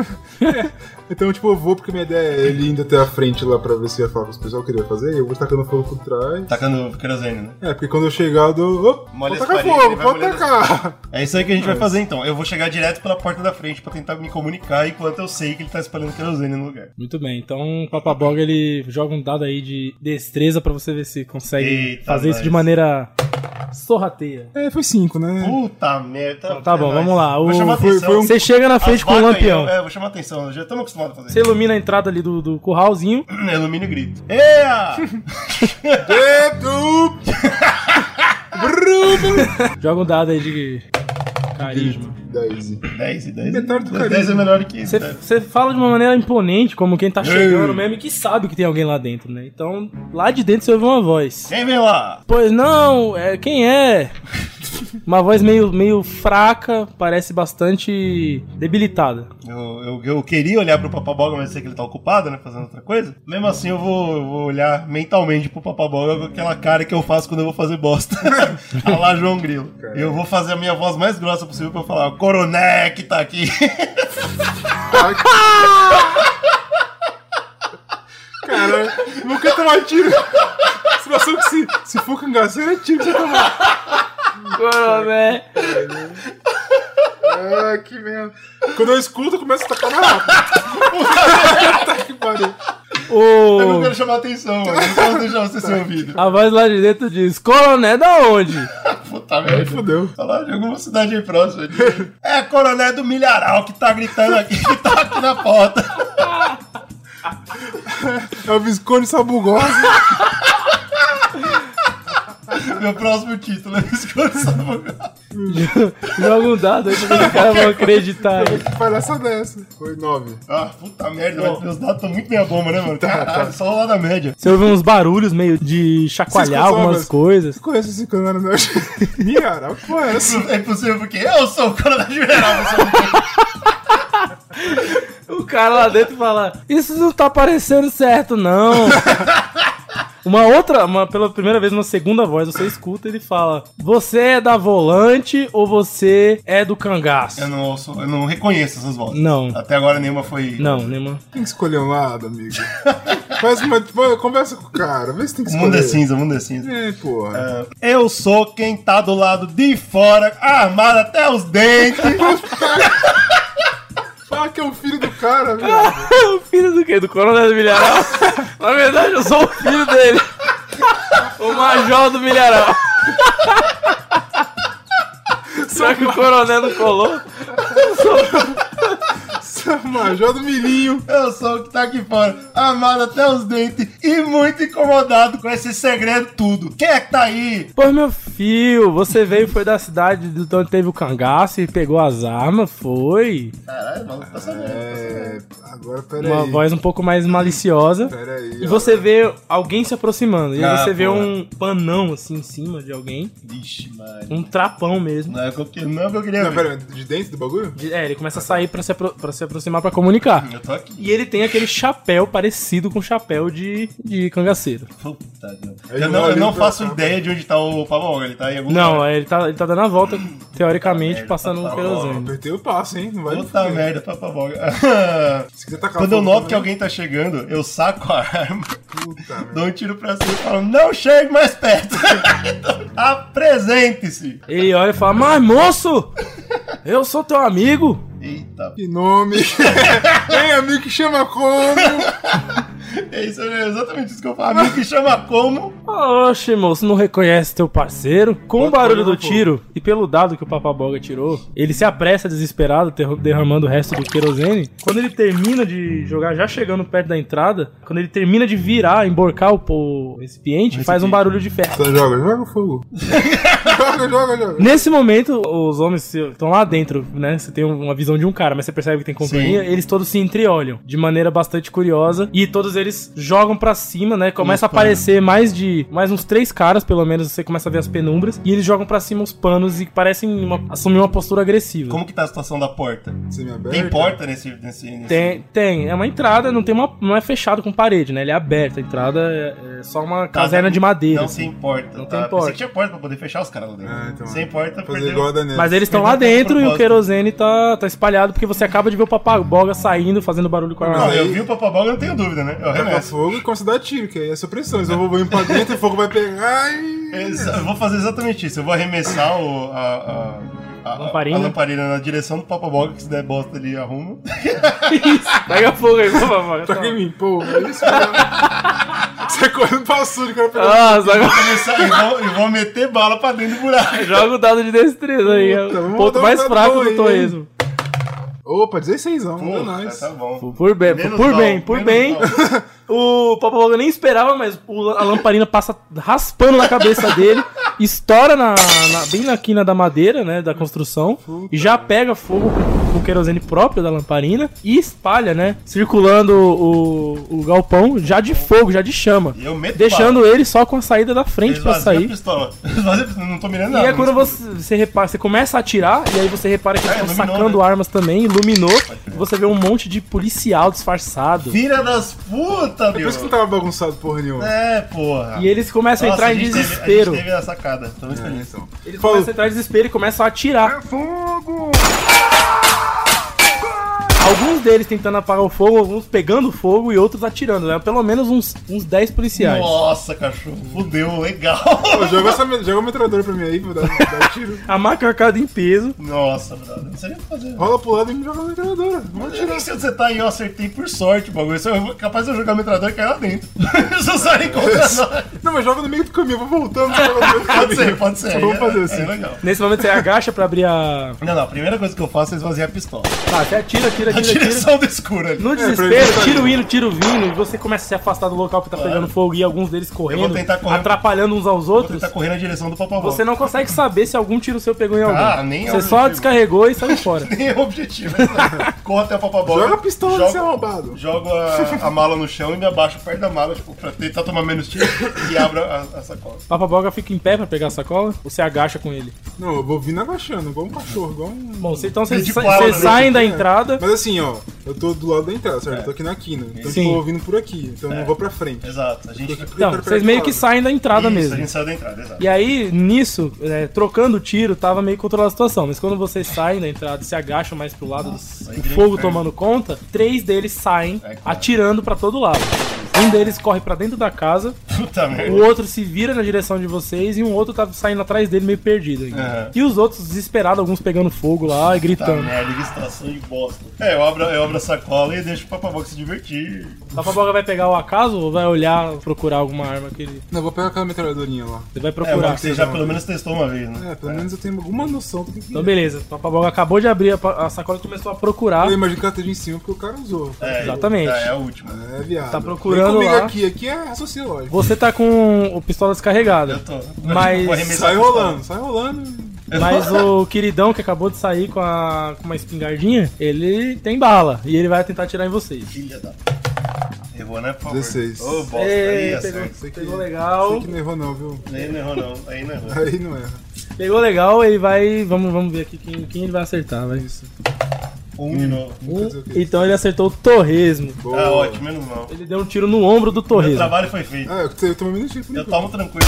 Speaker 4: Então, tipo, eu vou porque minha ideia é ele indo até a frente lá pra ver se ia falar com os pessoal que ele vai fazer, e eu vou tacando fogo por trás.
Speaker 3: Tacando querosene, né?
Speaker 4: É, porque quando eu chegar, eu dou. Opa,
Speaker 3: Molha
Speaker 4: pode
Speaker 3: as
Speaker 4: tacar
Speaker 3: paredes,
Speaker 4: fogo,
Speaker 3: vai
Speaker 4: pode
Speaker 3: molhando as-
Speaker 4: tacar!
Speaker 3: É isso aí que a gente vai fazer então. Eu vou chegar direto pela porta da frente pra tentar me comunicar enquanto eu sei que ele tá espalhando querosene no lugar.
Speaker 2: Muito bem, então o Papaboga ele joga um dado aí de destreza pra você ver se consegue
Speaker 3: Eita,
Speaker 2: fazer isso de
Speaker 3: nós.
Speaker 2: maneira sorrateia.
Speaker 4: É, foi cinco, né?
Speaker 3: Puta merda.
Speaker 2: Tá bom,
Speaker 3: É
Speaker 2: vamos
Speaker 3: nóis.
Speaker 2: lá.
Speaker 3: Vou
Speaker 2: O-
Speaker 3: chamar
Speaker 4: foi-
Speaker 3: atenção.
Speaker 4: foi um
Speaker 2: Você chega na frente
Speaker 3: Então, As
Speaker 2: com o
Speaker 3: vacas
Speaker 2: lampião.
Speaker 3: aí, eu- É, vou chamar atenção. Eu já estamos acostumados a
Speaker 2: Você
Speaker 3: fazer isso.
Speaker 2: ilumina a entrada ali do, do curralzinho.
Speaker 3: Ilumina e grito. Ea!
Speaker 4: É, Edu! Bruno!
Speaker 2: Joga um dado aí de Carisma.
Speaker 4: grito. 10.
Speaker 3: 10 e 10.
Speaker 4: Metade do carisma.
Speaker 3: 10 é melhor que isso. né?
Speaker 2: Você fala de uma maneira imponente, como quem tá chegando
Speaker 4: Ei.
Speaker 2: mesmo e que sabe que tem alguém lá dentro, né? Então, lá de dentro você ouve uma voz.
Speaker 3: Quem vem lá?
Speaker 2: Pois não, é, quem é? Uma voz meio, meio fraca, parece bastante debilitada.
Speaker 3: Eu, eu, eu queria olhar pro Papaboga, mas sei que ele tá ocupado, né? Fazendo outra coisa. Mesmo assim, eu vou, eu vou olhar mentalmente pro Papaboga com aquela cara que eu faço quando eu vou fazer bosta. a lá João Grilo. Eu vou fazer a minha voz mais grossa possível pra falar: "O Coroné que tá aqui.
Speaker 4: Cara, nunca tomar tiro. Se passou que se, se for cangaceiro, é tiro que você tomar.
Speaker 2: Coroné.
Speaker 4: Ah, que merda. Quando eu escuto, começa a tocar mais rápido. Puta que pariu.
Speaker 3: Eu não
Speaker 2: O...
Speaker 3: quero chamar atenção, mano. Eu não posso deixar você ser ouvido.
Speaker 2: A voz lá de dentro diz, Coroné da onde?
Speaker 3: Puta
Speaker 4: Aí
Speaker 3: merda.
Speaker 4: fodeu.
Speaker 3: Tá lá de alguma cidade aí próxima. É Coroné do Milharal que tá gritando aqui, que tá aqui na porta.
Speaker 4: É o Visconde Sabugosa.
Speaker 3: Meu próximo título é Biscoito Sabugal.
Speaker 2: Joga um dado aí pra ver se os caras vão acreditar. aí.
Speaker 4: Que palhaça dessa? Foi nove.
Speaker 3: Ah, puta merda, mas meus dados estão muito meia bomba, né, mano? Caralho, só lá da média.
Speaker 2: Você ouve uns barulhos meio de
Speaker 4: Vocês
Speaker 2: chacoalhar
Speaker 4: escutam
Speaker 2: algumas
Speaker 4: umas-
Speaker 2: coisas.
Speaker 4: Você conhece esse canal, não? Miara, que porra é essa?
Speaker 3: É impossível porque eu sou o coronel general. eu sou-
Speaker 2: O cara lá dentro fala: Isso não tá parecendo certo, não. Uma outra, uma, pela primeira vez, uma segunda voz, você escuta ele fala: Você é da volante ou você é do cangaço?
Speaker 3: Eu não ouço, eu não reconheço essas vozes.
Speaker 2: Não.
Speaker 3: Até agora nenhuma foi.
Speaker 2: Não, Neymar.
Speaker 4: Tem que escolher um lado, amigo. Faz uma. Conversa com o cara, vê se tem
Speaker 3: O
Speaker 4: que escolher.
Speaker 3: mundo é cinza, o mundo é cinza.
Speaker 4: É, porra.
Speaker 3: Ah, Eu sou quem tá do lado de fora, armado até os dentes.
Speaker 4: Fala que é o filho do cara, velho.
Speaker 2: o filho do quê? Do Coronel do Milharal? Na verdade, eu sou o filho dele. O Major do Milharal. Será que o Coronel não colou?
Speaker 4: Major do Milinho.
Speaker 3: Eu sou o que tá aqui fora, armado até os dentes e muito incomodado com esse segredo tudo. Quem é que tá aí?
Speaker 2: Pô, meu filho, você veio, foi da cidade de onde teve o cangaço e pegou as armas, foi.
Speaker 3: Caralho, maluco, tá sabendo.
Speaker 4: É. Agora, peraí.
Speaker 2: Uma voz um pouco mais maliciosa.
Speaker 4: Peraí.
Speaker 2: E
Speaker 4: ó.
Speaker 2: você vê alguém se aproximando. E aí
Speaker 3: Ah,
Speaker 2: você vê
Speaker 3: porra.
Speaker 2: um panão assim em cima de alguém.
Speaker 3: Vixe, mano.
Speaker 2: Um trapão mesmo.
Speaker 3: Não é o que eu, que- não é o que eu queria
Speaker 4: Não,
Speaker 3: ver.
Speaker 4: pera, de dentro do bagulho?
Speaker 2: De- É, ele começa a sair pra se, apro- pra se aproximar pra comunicar.
Speaker 3: Eu tô aqui.
Speaker 2: E ele tem aquele chapéu parecido com o chapéu de, de cangaceiro.
Speaker 3: Puta merda.
Speaker 4: Ele
Speaker 3: Eu
Speaker 4: vai
Speaker 3: não, eu
Speaker 4: ali
Speaker 3: não
Speaker 4: pra
Speaker 3: faço
Speaker 4: cá.
Speaker 3: ideia de onde tá o Pavão, ele tá em algum
Speaker 2: Não,
Speaker 3: lugar.
Speaker 2: aí ele tá, ele tá dando a volta, teoricamente,
Speaker 3: Ele tá
Speaker 2: passando um
Speaker 3: falando.
Speaker 2: querosene.
Speaker 4: Apertei o passo, hein? Não vai me
Speaker 3: Puta
Speaker 4: fuder.
Speaker 3: merda, Pavão.
Speaker 4: Se quiser tacar
Speaker 3: Quando eu
Speaker 4: fogo
Speaker 3: noto que
Speaker 4: também-
Speaker 3: alguém tá chegando, eu saco a arma,
Speaker 4: Puta merda.
Speaker 3: dou um tiro pra cima e falo, não chegue mais perto. Apresente-se.
Speaker 2: Ele olha e fala, mas moço, eu sou teu amigo.
Speaker 3: Eita,
Speaker 4: Que nome! Ei, amigo que chama como?
Speaker 3: é isso, é exatamente isso que eu falo. Amigo que chama como?
Speaker 2: Oxe, moço, não reconhece teu parceiro? Com o
Speaker 4: Pode
Speaker 2: barulho
Speaker 4: pôr,
Speaker 2: do
Speaker 4: pô.
Speaker 2: tiro e pelo dado que o Papaboga tirou, ele se apressa desesperado, ter- derramando o resto do querosene. Quando ele termina de jogar, já chegando perto da entrada, quando ele termina de virar, emborcar o, o recipiente, faz um barulho de ferro.
Speaker 4: Então joga, joga fogo. joga, joga, joga.
Speaker 2: Nesse momento, os homens estão lá dentro, né? Você tem uma visão de um cara, mas você percebe que tem companhia.
Speaker 3: Sim.
Speaker 2: Eles todos se entreolham de maneira bastante curiosa. E todos eles jogam pra cima, né? Começa a
Speaker 3: panos.
Speaker 2: aparecer mais de. Mais uns três caras, pelo menos. Você começa a ver as penumbras. E eles jogam pra cima os panos e parecem uma, assumir uma postura agressiva.
Speaker 3: Como que tá a situação da porta?
Speaker 4: Semi-aberta.
Speaker 3: Tem porta nesse... nesse, nesse...
Speaker 2: Tem, tem. É uma entrada, não, tem uma, não é fechado com parede, né? Ele é aberto. A entrada é, é só uma
Speaker 3: Tá,
Speaker 2: caverna
Speaker 3: não-
Speaker 2: de madeira.
Speaker 3: Não
Speaker 2: assim.
Speaker 3: tem porta.
Speaker 2: Não tem
Speaker 3: tá? Pensei
Speaker 2: porta.
Speaker 3: que tinha porta pra poder fechar os caras lá dentro.
Speaker 4: Ah, então,
Speaker 3: Sem porta,
Speaker 4: Fazer
Speaker 3: perdeu.
Speaker 4: igual a Daniela.
Speaker 2: Mas eles estão lá
Speaker 3: Perdeu
Speaker 2: dentro e o
Speaker 3: propósito.
Speaker 2: querosene tá, tá espalhado porque você acaba de ver o papagoga saindo, fazendo barulho com a
Speaker 3: Não,
Speaker 2: arma.
Speaker 3: eu vi o Papaboga, eu não tenho dúvida, né? Eu
Speaker 4: Taca
Speaker 3: remesso.
Speaker 4: fogo e começa a dar tiro, que aí é supressão. Eles vão vir pra dentro, o fogo vai pegar e.
Speaker 3: Ex- Eu vou fazer exatamente isso. Eu vou arremessar o, a, a, a,
Speaker 2: Lamparina.
Speaker 3: a lamparina na direção do Papaboga, que se der bosta ali, arruma.
Speaker 2: Pega fogo aí, papagoga.
Speaker 4: Taca em mim, pô. É isso, cara. Sai correndo pra sul, cara. Pega...
Speaker 2: Nossa, agora
Speaker 3: Começar, e, vou, e vou meter bala pra dentro do buraco.
Speaker 2: joga o dado de destreza aí. É
Speaker 4: Puta,
Speaker 2: o
Speaker 4: vamos
Speaker 2: ponto
Speaker 4: dar um
Speaker 2: mais
Speaker 4: dado
Speaker 2: fraco
Speaker 4: bom
Speaker 2: do
Speaker 4: aí,
Speaker 2: Toesmo.
Speaker 4: um- Opa, é 16 não,
Speaker 3: Pô,
Speaker 4: não nice.
Speaker 3: tá bom.
Speaker 2: Por bem,
Speaker 3: Menos
Speaker 2: por
Speaker 3: mal,
Speaker 2: bem, por
Speaker 3: menos
Speaker 2: bem.
Speaker 3: mal.
Speaker 2: O papagoga nem esperava, mas o- a lamparina passa raspando na cabeça dele. estoura na, na- bem na quina da madeira, né, da construção, e já pega fogo com, com querosene próprio da lamparina e espalha, né, circulando o, o galpão já de fogo, já de chama,
Speaker 3: E eu meto
Speaker 2: deixando ele só com a saída da frente pra
Speaker 3: Esvazia a
Speaker 2: sair.
Speaker 3: pistola. Esvazia a pistola. Não tô mirando
Speaker 2: E
Speaker 3: nada.
Speaker 2: é quando
Speaker 3: mas-
Speaker 2: você, você repara, você começa a atirar, e aí você repara que
Speaker 3: É,
Speaker 2: eles estão
Speaker 3: iluminou,
Speaker 2: sacando
Speaker 3: né?
Speaker 2: armas também, iluminou, você vê um monte de policial disfarçado.
Speaker 3: Filha das putas,
Speaker 4: Por
Speaker 3: meu.
Speaker 4: isso que não tava bagunçado porra nenhuma.
Speaker 3: É, porra.
Speaker 2: E eles começam a
Speaker 3: Nossa,
Speaker 2: entrar em
Speaker 3: gente teve-
Speaker 2: desespero.
Speaker 3: a gente teve a sacada. Tô muito
Speaker 2: É.
Speaker 3: feliz.
Speaker 2: Eles
Speaker 4: Falou.
Speaker 2: começam a entrar em desespero e começam a
Speaker 4: É
Speaker 2: atirar. Alguns deles tentando apagar o fogo, alguns pegando fogo e outros atirando, né? Pelo menos uns, uns 10 policiais.
Speaker 3: Nossa, cachorro. Fudeu, legal.
Speaker 4: Pô, joga, essa, joga a metralhadora pra mim aí, vou dar, dar um tiro.
Speaker 2: A macarcada em peso.
Speaker 3: Nossa, brother. Não sei nem o que fazer.
Speaker 4: Rola pro lado e me joga a metralhadora. um
Speaker 3: Eu nem sei onde você tá aí, eu acertei por sorte o bagulho. Se eu- capaz de eu jogar a metralhadora e cair lá dentro. Eles não saem contra nós.
Speaker 4: Não, mas joga no meio do caminho, eu vou voltando. joga no meio
Speaker 3: Pode
Speaker 4: do caminho.
Speaker 3: ser, pode ser.
Speaker 4: Vamos
Speaker 3: É-
Speaker 4: fazer
Speaker 3: é
Speaker 4: assim.
Speaker 3: legal.
Speaker 2: Nesse momento você agacha pra abrir a.
Speaker 3: Não, não, a primeira coisa que eu faço é esvaziar a pistola.
Speaker 2: Tá, você atira, atira, atira,
Speaker 3: Na
Speaker 2: atira.
Speaker 3: direção do escuro ali.
Speaker 2: No
Speaker 4: pra eles
Speaker 2: desespero,
Speaker 4: não
Speaker 2: tiro indo, tiro vindo, e você começa a se afastar do local que tá pegando fogo e alguns deles correndo,
Speaker 3: Eu vou tentar correr.
Speaker 2: atrapalhando uns aos
Speaker 3: Vou
Speaker 2: outros.
Speaker 3: tentar correr Tá na direção do Papa
Speaker 2: Você não consegue saber se algum tiro seu pegou em alguém.
Speaker 3: Ah, nem é
Speaker 2: você
Speaker 3: o
Speaker 2: só
Speaker 3: objetivo.
Speaker 2: descarregou e saiu fora.
Speaker 3: Nem é o objetivo. é só- Corro até a papabola.
Speaker 4: Joga a pistola
Speaker 3: jogo,
Speaker 4: de ser roubado.
Speaker 3: Jogo a, a mala no chão e me abaixo perto da mala, tipo, pra tentar tomar menos tiro e abro a, a sacola.
Speaker 2: Papa Boga fica em pé pra pegar a sacola, você agacha com ele.
Speaker 4: Não, eu vou vindo agachando, igual um cachorro, igual um...
Speaker 2: Bom, cê- então vocês
Speaker 3: De
Speaker 2: sa-
Speaker 3: quadra,
Speaker 2: vocês
Speaker 3: né?
Speaker 2: saem da
Speaker 4: É.
Speaker 2: entrada. É.
Speaker 4: Mas assim, ó, eu tô do lado da entrada, certo? Eu tô aqui na quina. Então,
Speaker 2: Sim. É.
Speaker 4: tipo, eu vou vindo por aqui. Então, eu não vou pra frente.
Speaker 3: Exato. A gente.
Speaker 4: Eu fico
Speaker 2: Então,
Speaker 4: perto
Speaker 2: vocês
Speaker 4: da
Speaker 2: meio que
Speaker 4: quadra.
Speaker 2: saem da entrada
Speaker 3: Isso,
Speaker 2: mesmo.
Speaker 3: a gente saiu da entrada, exato.
Speaker 2: E aí, nisso, é, trocando o tiro, tava meio controlando a situação. Mas quando vocês saem da entrada e se agacham mais pro lado,
Speaker 3: Nossa,
Speaker 2: do
Speaker 3: aí
Speaker 2: o
Speaker 3: vira um
Speaker 2: fogo
Speaker 3: inferno.
Speaker 2: tomando conta, três deles saem
Speaker 3: É, claro.
Speaker 2: atirando pra todo lado. Um deles corre pra dentro da casa,
Speaker 3: Puta
Speaker 2: o
Speaker 3: merda.
Speaker 2: Um outro se vira na direção de vocês e um outro tá saindo atrás dele meio perdido ainda.
Speaker 3: Aham.
Speaker 2: E os outros desesperados, alguns pegando fogo lá e
Speaker 3: Puta
Speaker 2: gritando.
Speaker 3: merda, que situação de bosta. É, eu abro, eu abro a sacola e deixo o papabola se divertir.
Speaker 2: Tapaboga vai pegar o acaso ou vai olhar, procurar alguma arma que ele.
Speaker 4: Não, eu vou pegar aquela metralhadorinha lá.
Speaker 2: Ele vai
Speaker 3: É,
Speaker 2: procurar.
Speaker 3: mas você já pelo menos testou uma vez, né?
Speaker 4: É, pelo menos eu tenho alguma noção do que que
Speaker 2: Então,
Speaker 4: é.
Speaker 2: beleza. Papaboga acabou de abrir a, pa- a sacola e começou a procurar.
Speaker 4: Eu imagino que ela esteja em cima porque o cara usou.
Speaker 3: É,
Speaker 2: Exatamente.
Speaker 3: É, é a última.
Speaker 4: É, viado.
Speaker 2: Tá procurando
Speaker 4: Vem comigo
Speaker 2: lá.
Speaker 4: aqui, aqui é raciocínio lógico.
Speaker 2: Você tá com o pistola descarregada.
Speaker 3: Eu tô.
Speaker 2: Mas-
Speaker 3: Vou arremessar a
Speaker 4: Sai
Speaker 3: pistola.
Speaker 4: rolando, sai rolando.
Speaker 2: Mas o queridão que acabou de sair com, a, com uma espingardinha, ele tem bala. E ele vai tentar atirar em vocês.
Speaker 3: Filha da. Errou, né, por favor?
Speaker 4: 16.
Speaker 3: Ô, bosta, aí
Speaker 2: Ei, pegou,
Speaker 3: acerta.
Speaker 4: sei que-
Speaker 2: pegou legal.
Speaker 4: Sei que não errou não, viu?
Speaker 3: Aí não errou, não. Aí não errou.
Speaker 4: Aí não erra.
Speaker 2: Pegou legal, ele vai. Vamos, vamos ver aqui quem, quem ele vai acertar. Vai.
Speaker 4: Isso.
Speaker 3: Um de novo.
Speaker 2: Um,
Speaker 4: fazer o quê?
Speaker 2: então ele acertou o torresmo.
Speaker 4: Boa.
Speaker 3: Ah, ótimo, menos mal.
Speaker 2: Ele deu um tiro no ombro do
Speaker 3: Meu
Speaker 2: torresmo.
Speaker 3: trabalho foi feito.
Speaker 4: Ah, eu eu tomei menos tiro por
Speaker 3: Eu
Speaker 4: enquanto.
Speaker 3: tomo tranquilo.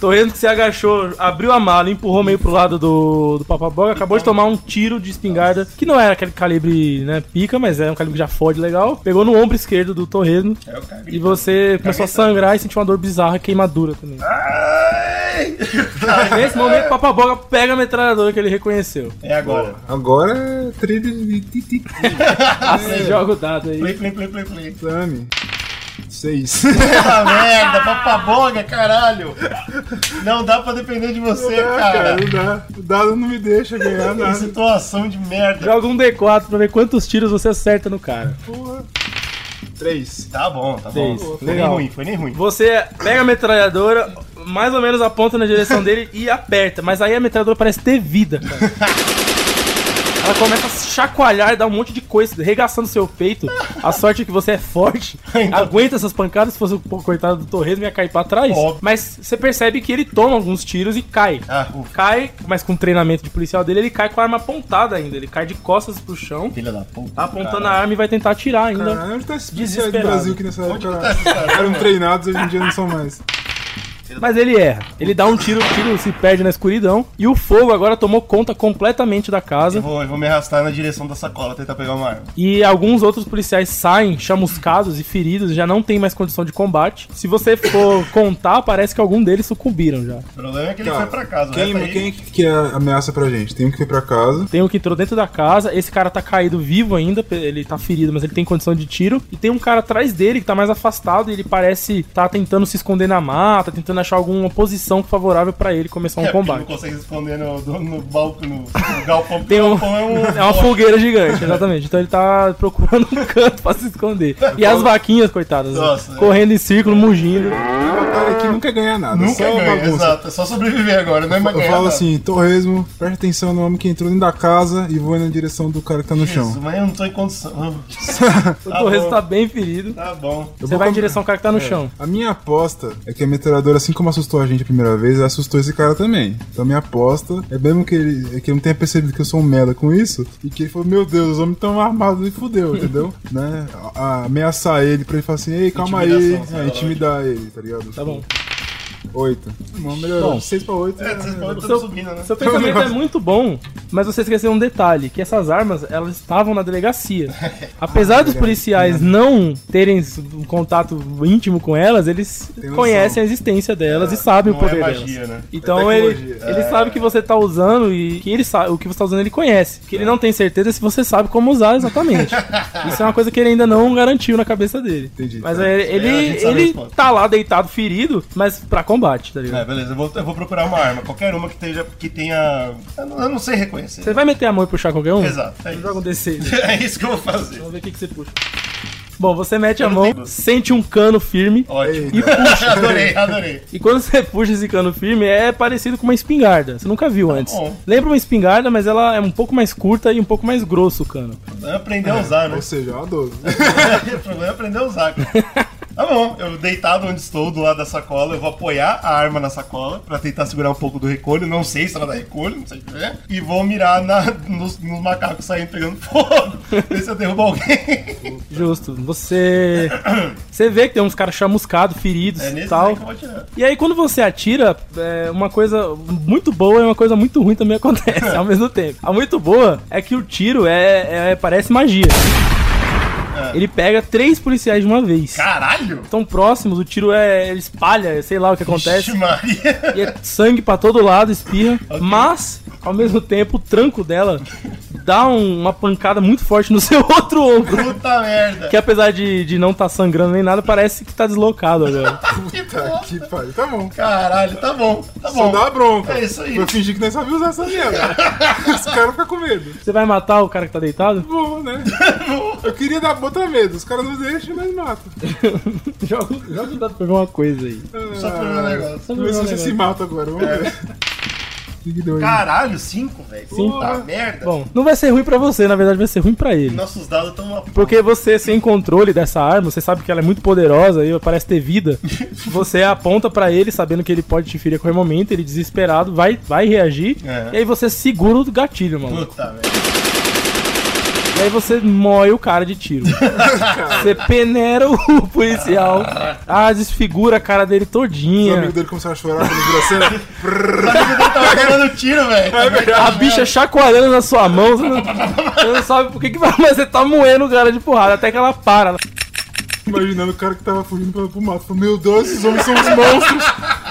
Speaker 2: Torresmo que se agachou, abriu a mala, empurrou meio pro lado do, do Papaboga, acabou de tomar um tiro de espingarda, que não era aquele calibre, né, pica, mas é um calibre que já fode legal. Pegou no ombro esquerdo do Torresmo.
Speaker 3: É o cara.
Speaker 2: E você começou a sangrar e sentiu uma dor bizarra, queimadura também.
Speaker 3: Ai!
Speaker 2: Nesse momento, o Papaboga pega a metralhadora que ele reconheceu.
Speaker 3: É agora.
Speaker 4: Agora é trilha de ti- ti- ti-
Speaker 2: Você joga o dado aí.
Speaker 3: Play, play, play, play, play.
Speaker 4: exame. Seis.
Speaker 3: Puta merda, papaboga, caralho. Não dá pra depender de você,
Speaker 4: Ah, cara,
Speaker 3: cara.
Speaker 4: não dá. O dado não me deixa ganhar
Speaker 3: Que
Speaker 4: nada.
Speaker 3: situação de merda.
Speaker 2: Joga um D4 pra ver quantos tiros você acerta no cara.
Speaker 4: Porra. Três.
Speaker 3: Tá bom, tá bom.
Speaker 2: Seis.
Speaker 3: Foi nem
Speaker 2: Legal.
Speaker 3: ruim, foi nem ruim.
Speaker 2: Você pega a metralhadora, mais ou menos aponta na direção dele e aperta, mas aí a metralhadora parece ter vida, cara. Ela começa a chacoalhar e dar um monte de coisa, regaçando seu peito. A sorte é que você é forte, aguenta essas pancadas. Se fosse o po- coitado do Torresmo, ia cair pra trás.
Speaker 3: Óbvio.
Speaker 2: Mas você percebe que ele toma alguns tiros e cai.
Speaker 3: Ah, ufa.
Speaker 2: Cai, mas com o treinamento de policial dele, ele cai com a arma apontada ainda. Ele cai de costas pro chão,
Speaker 3: Filha da puta.
Speaker 2: tá apontando a arma e vai tentar atirar ainda.
Speaker 4: Caralho, onde tá esse policial do
Speaker 2: Desesperado.
Speaker 4: Brasil que nessa época
Speaker 3: cara?
Speaker 4: eram treinados, hoje em dia não são mais.
Speaker 2: Mas ele erra. Ele dá um tiro, o tiro se perde na escuridão. E o fogo agora tomou conta completamente da
Speaker 3: Eu
Speaker 2: casa.
Speaker 3: vou, eu vou me arrastar na direção da sacola, tentar pegar uma arma.
Speaker 2: E alguns outros policiais saem chamuscados e feridos, já não tem mais condição de combate. Se você for contar, parece que algum deles sucumbiram já.
Speaker 3: O problema é que ele
Speaker 4: Cara,
Speaker 3: foi pra casa. o
Speaker 4: Ah, Quem,
Speaker 3: resto aí-
Speaker 4: quem que é a ameaça pra gente? Tem um que foi pra casa.
Speaker 2: Tem um que entrou dentro da casa, esse cara tá caído vivo ainda, pe- ele tá ferido, mas ele tem condição de tiro. E tem um cara atrás dele que tá mais afastado e ele parece tá tentando se esconder na mata, tentando achar alguma posição favorável pra ele começar um
Speaker 3: É, porque
Speaker 2: combate.
Speaker 3: Não consegue se esconder no, no, no balcão, no, no galpão. porque
Speaker 2: Tem um-
Speaker 3: o galpão é um.
Speaker 2: É uma fogueira gigante, exatamente. Então ele tá procurando um canto pra se esconder. E as vaquinhas, coitadas, né?
Speaker 3: Nossa,
Speaker 2: correndo em círculo, mugindo.
Speaker 4: otário que nunca ganha nada.
Speaker 3: Ah, Nunca
Speaker 4: só
Speaker 3: ganha,
Speaker 4: bagunça.
Speaker 3: exato. É só sobreviver agora, não é mais
Speaker 4: Eu
Speaker 3: ganhar
Speaker 4: falo
Speaker 3: nada.
Speaker 4: assim, torresmo, presta atenção no homem que entrou dentro da casa e voa na direção do cara que tá no
Speaker 3: Jesus,
Speaker 4: chão.
Speaker 3: mas eu não tô em condição.
Speaker 2: O
Speaker 3: Tá
Speaker 2: Torres
Speaker 3: bom.
Speaker 2: tá bem ferido.
Speaker 3: Tá bom.
Speaker 4: Eu
Speaker 2: Você
Speaker 4: vou
Speaker 2: vai em
Speaker 4: com- É.
Speaker 2: direção ao cara que tá no chão.
Speaker 4: A minha aposta é que a metralhadora, assim como assustou a gente a primeira vez, ela assustou esse cara também. Então minha aposta é mesmo que ele, é que ele não tenha percebido que eu sou um merda com isso e que ele falou, meu Deus, os homens estão armados e fudeu, entendeu? né? A- a- ameaçar ele pra ele falar assim, ei, calma aí,
Speaker 3: Intimidação,
Speaker 4: é,
Speaker 3: sei lá,
Speaker 4: intimidar ele, tá ligado?
Speaker 2: Tá bom.
Speaker 4: Oito. Bom, melhorou.
Speaker 2: Bom.
Speaker 4: De seis pra oito. né?
Speaker 3: É, vocês podem
Speaker 2: Seu-
Speaker 3: estar subindo, né?
Speaker 2: Seu pensamento é muito bom, mas você esqueceu um detalhe, que essas armas, elas estavam na delegacia.
Speaker 3: Ah,
Speaker 2: Apesar dos policiais
Speaker 3: Uhum.
Speaker 2: não terem s- um contato íntimo com elas, eles
Speaker 4: noção.
Speaker 2: conhecem a existência delas e sabem o
Speaker 3: Não é
Speaker 2: poder
Speaker 3: magia,
Speaker 2: delas.
Speaker 3: né?
Speaker 2: Então
Speaker 4: É
Speaker 2: ele,
Speaker 4: tecnologia.
Speaker 2: ele sabe que você tá usando e que ele sabe, o que você tá usando ele conhece. Que ele
Speaker 3: É.
Speaker 2: não tem certeza se você sabe como usar exatamente. Isso é uma coisa que ele ainda não garantiu na cabeça dele.
Speaker 4: Entendi,
Speaker 2: Mas
Speaker 4: tá.
Speaker 2: ele,
Speaker 3: É, a
Speaker 2: ele,
Speaker 3: gente sabe a
Speaker 2: ele
Speaker 3: resposta.
Speaker 2: tá lá deitado ferido, mas pra combate, tá ligado?
Speaker 3: É, beleza, eu vou, eu vou procurar uma arma, qualquer uma que, esteja, que tenha. Eu não, eu não sei reconhecer.
Speaker 2: Você vai meter a mão e puxar qualquer um?
Speaker 3: Exato, é
Speaker 2: Joga um
Speaker 3: isso.
Speaker 2: D6.
Speaker 3: É isso que eu vou fazer.
Speaker 2: Vamos ver o que, que você puxa. Bom, você mete a
Speaker 3: Eu não
Speaker 2: mão,
Speaker 3: tenho-
Speaker 2: sente um cano firme.
Speaker 3: Ótimo.
Speaker 4: Eita.
Speaker 3: adorei, adorei.
Speaker 2: E quando você puxa esse cano firme, é parecido com uma espingarda. Você nunca viu antes.
Speaker 3: Tá bom.
Speaker 2: Lembra uma espingarda, mas ela é um pouco mais curta e um pouco mais grosso o cano.
Speaker 3: Aprender a usar, né?
Speaker 4: Ou seja, é uma 12.
Speaker 3: o problema é aprender a usar, cara. Tá bom, eu deitado onde estou, do lado da sacola, eu vou apoiar a arma na sacola pra tentar segurar um pouco do recolho, não sei se ela dá recolho, não sei o que é, e vou mirar na- nos, nos macacos saindo pegando fogo, ver se eu derrubo alguém.
Speaker 2: Justo. Você. Você vê que tem uns caras chamuscados, feridos
Speaker 3: É
Speaker 2: e
Speaker 3: nesse
Speaker 2: tal.
Speaker 3: aí que eu vou atirar.
Speaker 2: E aí, quando você atira, é, uma coisa muito boa e uma coisa muito ruim também acontece ao mesmo tempo. A muito boa é que o tiro é, é- parece magia.
Speaker 3: É.
Speaker 2: Ele pega três policiais de uma vez.
Speaker 3: Caralho!
Speaker 2: tão próximos, o tiro é. ele espalha, sei lá o que acontece.
Speaker 3: Vixe Maria.
Speaker 2: E é sangue pra todo lado, espirra. Mas, ao mesmo tempo, o tranco dela dá um- uma pancada muito forte no seu outro ombro.
Speaker 3: Puta merda.
Speaker 2: Que apesar de, de não estar sangrando nem nada, parece que tá deslocado agora.
Speaker 4: Puta que pariu. Tá bom.
Speaker 3: Caralho, tá bom, tá
Speaker 4: Só
Speaker 3: bom.
Speaker 4: dá a bronca.
Speaker 3: É isso aí.
Speaker 4: Pra fingir que nós sabíamos usar essa merda. Os caras ficam com medo.
Speaker 2: Você vai matar o cara que tá deitado?
Speaker 4: Bom, né? Eu queria dar botar medo. Os caras não deixam, mas matam.
Speaker 2: Joga joga um dado pra ver uma coisa aí. né,
Speaker 3: Só pra ver um negócio.
Speaker 4: Vamos ver se você
Speaker 2: Negócio.
Speaker 4: se mata agora. Vamos
Speaker 3: É.
Speaker 4: ver. O que que deu aí?
Speaker 3: Caralho, cinco, velho.
Speaker 2: Cinco.
Speaker 3: Puta merda.
Speaker 2: Bom, não vai ser ruim pra você, na verdade vai ser ruim pra ele.
Speaker 3: Nossos dados estão uma
Speaker 2: Porque você, sem controle dessa arma, você sabe que ela é muito poderosa e parece ter vida. Você aponta pra ele, sabendo que ele pode te ferir a qualquer momento, ele desesperado, vai, vai reagir.
Speaker 3: É.
Speaker 2: E aí você segura o gatilho, mano.
Speaker 3: Puta merda.
Speaker 2: E aí você mói o cara de tiro. você peneira o policial. Ah, desfigura a cara dele
Speaker 4: Os
Speaker 2: todinha.
Speaker 4: amigos dele começaram a chorar quando virou a cena.
Speaker 3: O amigo dele tava tirando tiro, velho. É
Speaker 2: A bicha chacoalhando na sua mão, você não, você não sabe por que que vai, mas você tá moendo o cara de porrada, até que ela para. Ela-
Speaker 4: Imaginando o cara que tava fugindo pro, pro mato. Falei, meu Deus, esses homens são uns monstros.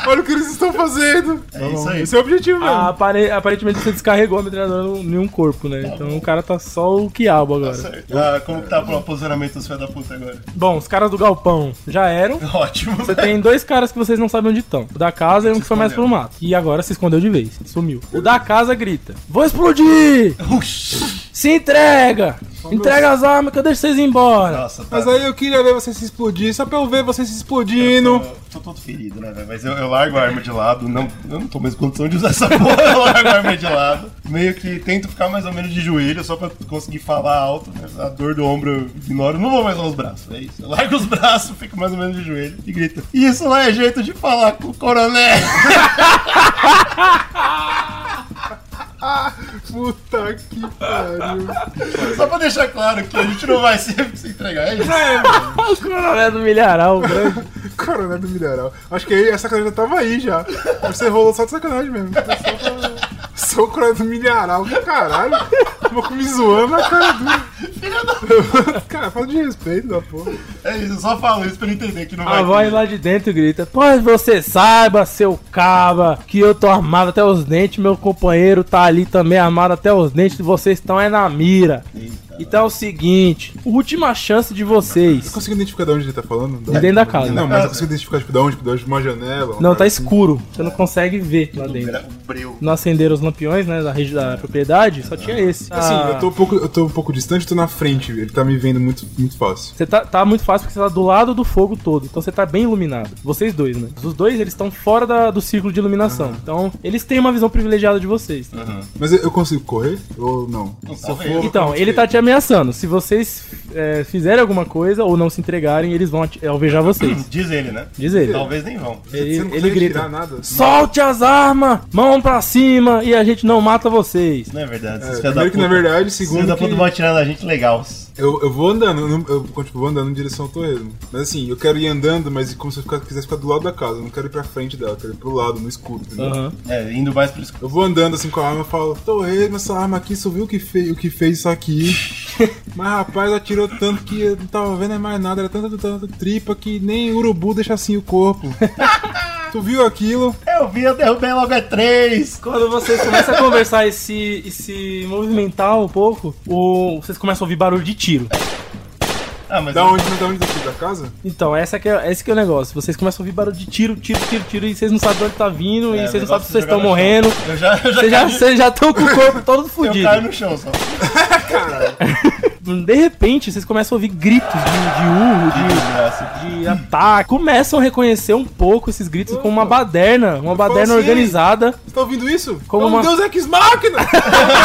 Speaker 4: Olha o que eles estão fazendo. Tá
Speaker 3: isso
Speaker 4: bom,
Speaker 3: aí.
Speaker 4: Esse é o objetivo, velho.
Speaker 2: Ah, apare- aparentemente você descarregou a metralhadora no- em um corpo, né? Então o cara tá só o quiabo agora.
Speaker 3: Ah, como que tá o posicionamento dos filhos da puta agora?
Speaker 2: Bom, os caras do galpão já eram.
Speaker 3: Ótimo.
Speaker 2: Você tem dois caras que vocês não sabem onde estão. O da casa e um que foi mais pro mato. E agora se escondeu de vez, sumiu. O da casa grita: Vou explodir!
Speaker 3: Uxi.
Speaker 2: Se entrega! Entrega as armas que eu deixo vocês embora!
Speaker 3: Nossa, tá.
Speaker 4: Mas aí eu queria ver você se explodir, só pra eu ver você se explodindo.
Speaker 3: Eu Tô todo ferido, né, velho? Mas eu, eu largo a arma de lado. Não, eu não tô mais em condição de usar essa porra. Eu largo a arma de lado. Meio que tento ficar mais ou menos de joelho só pra conseguir falar alto. né? A dor do ombro eu ignoro. Não vou mais usar os braços. É isso. Eu largo os braços, fico mais ou menos de joelho e grito: Isso lá é jeito de falar com o coronel.
Speaker 4: Puta que pariu.
Speaker 3: Só pra deixar claro que a gente não vai sempre se entregar. É isso.
Speaker 2: O coronel do milharal, grande.
Speaker 4: Coronel é do Mineral. Acho que aí essa sacanagem já tava aí já. Você rolou só de sacanagem mesmo. Só pra- Sou o Coronel do Mineral, que caralho. Vou me zoando na cara dura. Cara, fala de respeito da porra.
Speaker 3: É isso, eu só falo isso pra ele entender que não vai.
Speaker 2: A voz Ah, lá de dentro grita: Pois você saiba, seu caba, que eu tô armado até os dentes, meu companheiro tá ali também armado até os dentes, vocês estão é na mira.
Speaker 3: Eita,
Speaker 2: Então é o seguinte, última chance de
Speaker 4: Eu
Speaker 2: vocês.
Speaker 4: consigo identificar de onde ele tá falando?
Speaker 2: De dentro da casa.
Speaker 4: Não, mas eu consigo identificar tipo, de onde, tipo, de onde, uma janela. um
Speaker 2: Não,
Speaker 4: lugar
Speaker 2: tá
Speaker 4: assim.
Speaker 2: escuro. Você não consegue ver lá dentro.
Speaker 3: O é um breu.
Speaker 2: Não acenderam os lampiões, né, da rede da propriedade, só tinha esse.
Speaker 4: Assim,
Speaker 2: Ah,
Speaker 4: eu tô, um pouco, eu tô um pouco distante, tô na frente. Ele tá me vendo muito, muito fácil.
Speaker 2: Você tá, tá muito fácil porque você tá do lado do fogo todo, então você tá bem iluminado. Vocês dois, né? Os dois, eles estão fora da- do círculo de iluminação.
Speaker 4: Ah.
Speaker 2: Então, eles têm uma visão privilegiada de vocês. né?
Speaker 4: Mas eu, eu consigo correr ou não?
Speaker 3: Se eu for,
Speaker 2: Então, ele tá te ameaçando. Se vocês é, fizerem alguma coisa ou não se entregarem, eles vão ate- alvejar vocês.
Speaker 3: Diz ele, né?
Speaker 2: Diz ele.
Speaker 3: Talvez nem vão.
Speaker 2: Ele,
Speaker 4: Você não
Speaker 2: ele
Speaker 4: consegue
Speaker 2: grita:
Speaker 4: tirar nada? assim.
Speaker 2: Solte as armas, mão pra cima e a gente não mata vocês.
Speaker 3: Não é verdade.
Speaker 4: É,
Speaker 3: Esses filha da
Speaker 4: primeiro que na
Speaker 3: puta-
Speaker 4: verdade,
Speaker 3: esses filha
Speaker 4: segundo
Speaker 3: da
Speaker 4: que
Speaker 3: puta vão atirando na gente legal.
Speaker 4: eu, eu vou andando, eu, não- eu tipo, vou andando em direção ao torresmo. Mas assim, eu quero ir andando, mas como se eu ficar- quisesse ficar do lado da casa, eu não quero ir pra frente dela, eu quero ir pro lado, no escuro, entendeu?
Speaker 2: Aham.
Speaker 3: É, indo mais pro escuro.
Speaker 4: Eu vou andando assim com a arma e falo, torresmo, essa arma aqui, só viu o que, fe o que fez isso aqui. mas rapaz, atirou tanto que eu não tava vendo mais nada, era tanta, tanta tripa que nem urubu deixa assim o corpo. tu viu aquilo?
Speaker 3: Eu vi, eu derrubei logo é três.
Speaker 2: Quando vocês começam a conversar e se, e se movimentar um pouco, o- vocês começam a ouvir barulho de tiro.
Speaker 3: Ah, mas
Speaker 4: Da
Speaker 3: eu-
Speaker 4: onde, da onde daqui? Da casa?
Speaker 2: Então, essa que é, esse que é o negócio. Vocês começam a ouvir barulho de tiro, tiro, tiro, tiro, e vocês não sabem de onde tá vindo,
Speaker 3: é,
Speaker 2: e vocês não
Speaker 3: o negócio
Speaker 2: sabem se
Speaker 3: de
Speaker 2: vocês estão
Speaker 3: jogar no chão.
Speaker 2: morrendo.
Speaker 3: Eu já, eu já,
Speaker 2: Vocês já
Speaker 3: caí-
Speaker 2: estão com o corpo todo
Speaker 3: eu
Speaker 2: fudido.
Speaker 3: caio no chão só.
Speaker 2: De repente, vocês começam a ouvir gritos de, de urro,
Speaker 3: Que desgraça.
Speaker 2: Ah, de, de ataque. tá, Começam a reconhecer um pouco esses gritos com
Speaker 3: Uhum.
Speaker 2: uma baderna, uma
Speaker 4: falo
Speaker 2: baderna
Speaker 4: assim,
Speaker 2: organizada.
Speaker 4: Você tá ouvindo isso?
Speaker 2: Como
Speaker 4: é um
Speaker 2: uma-
Speaker 4: Deus Ex Machina! eu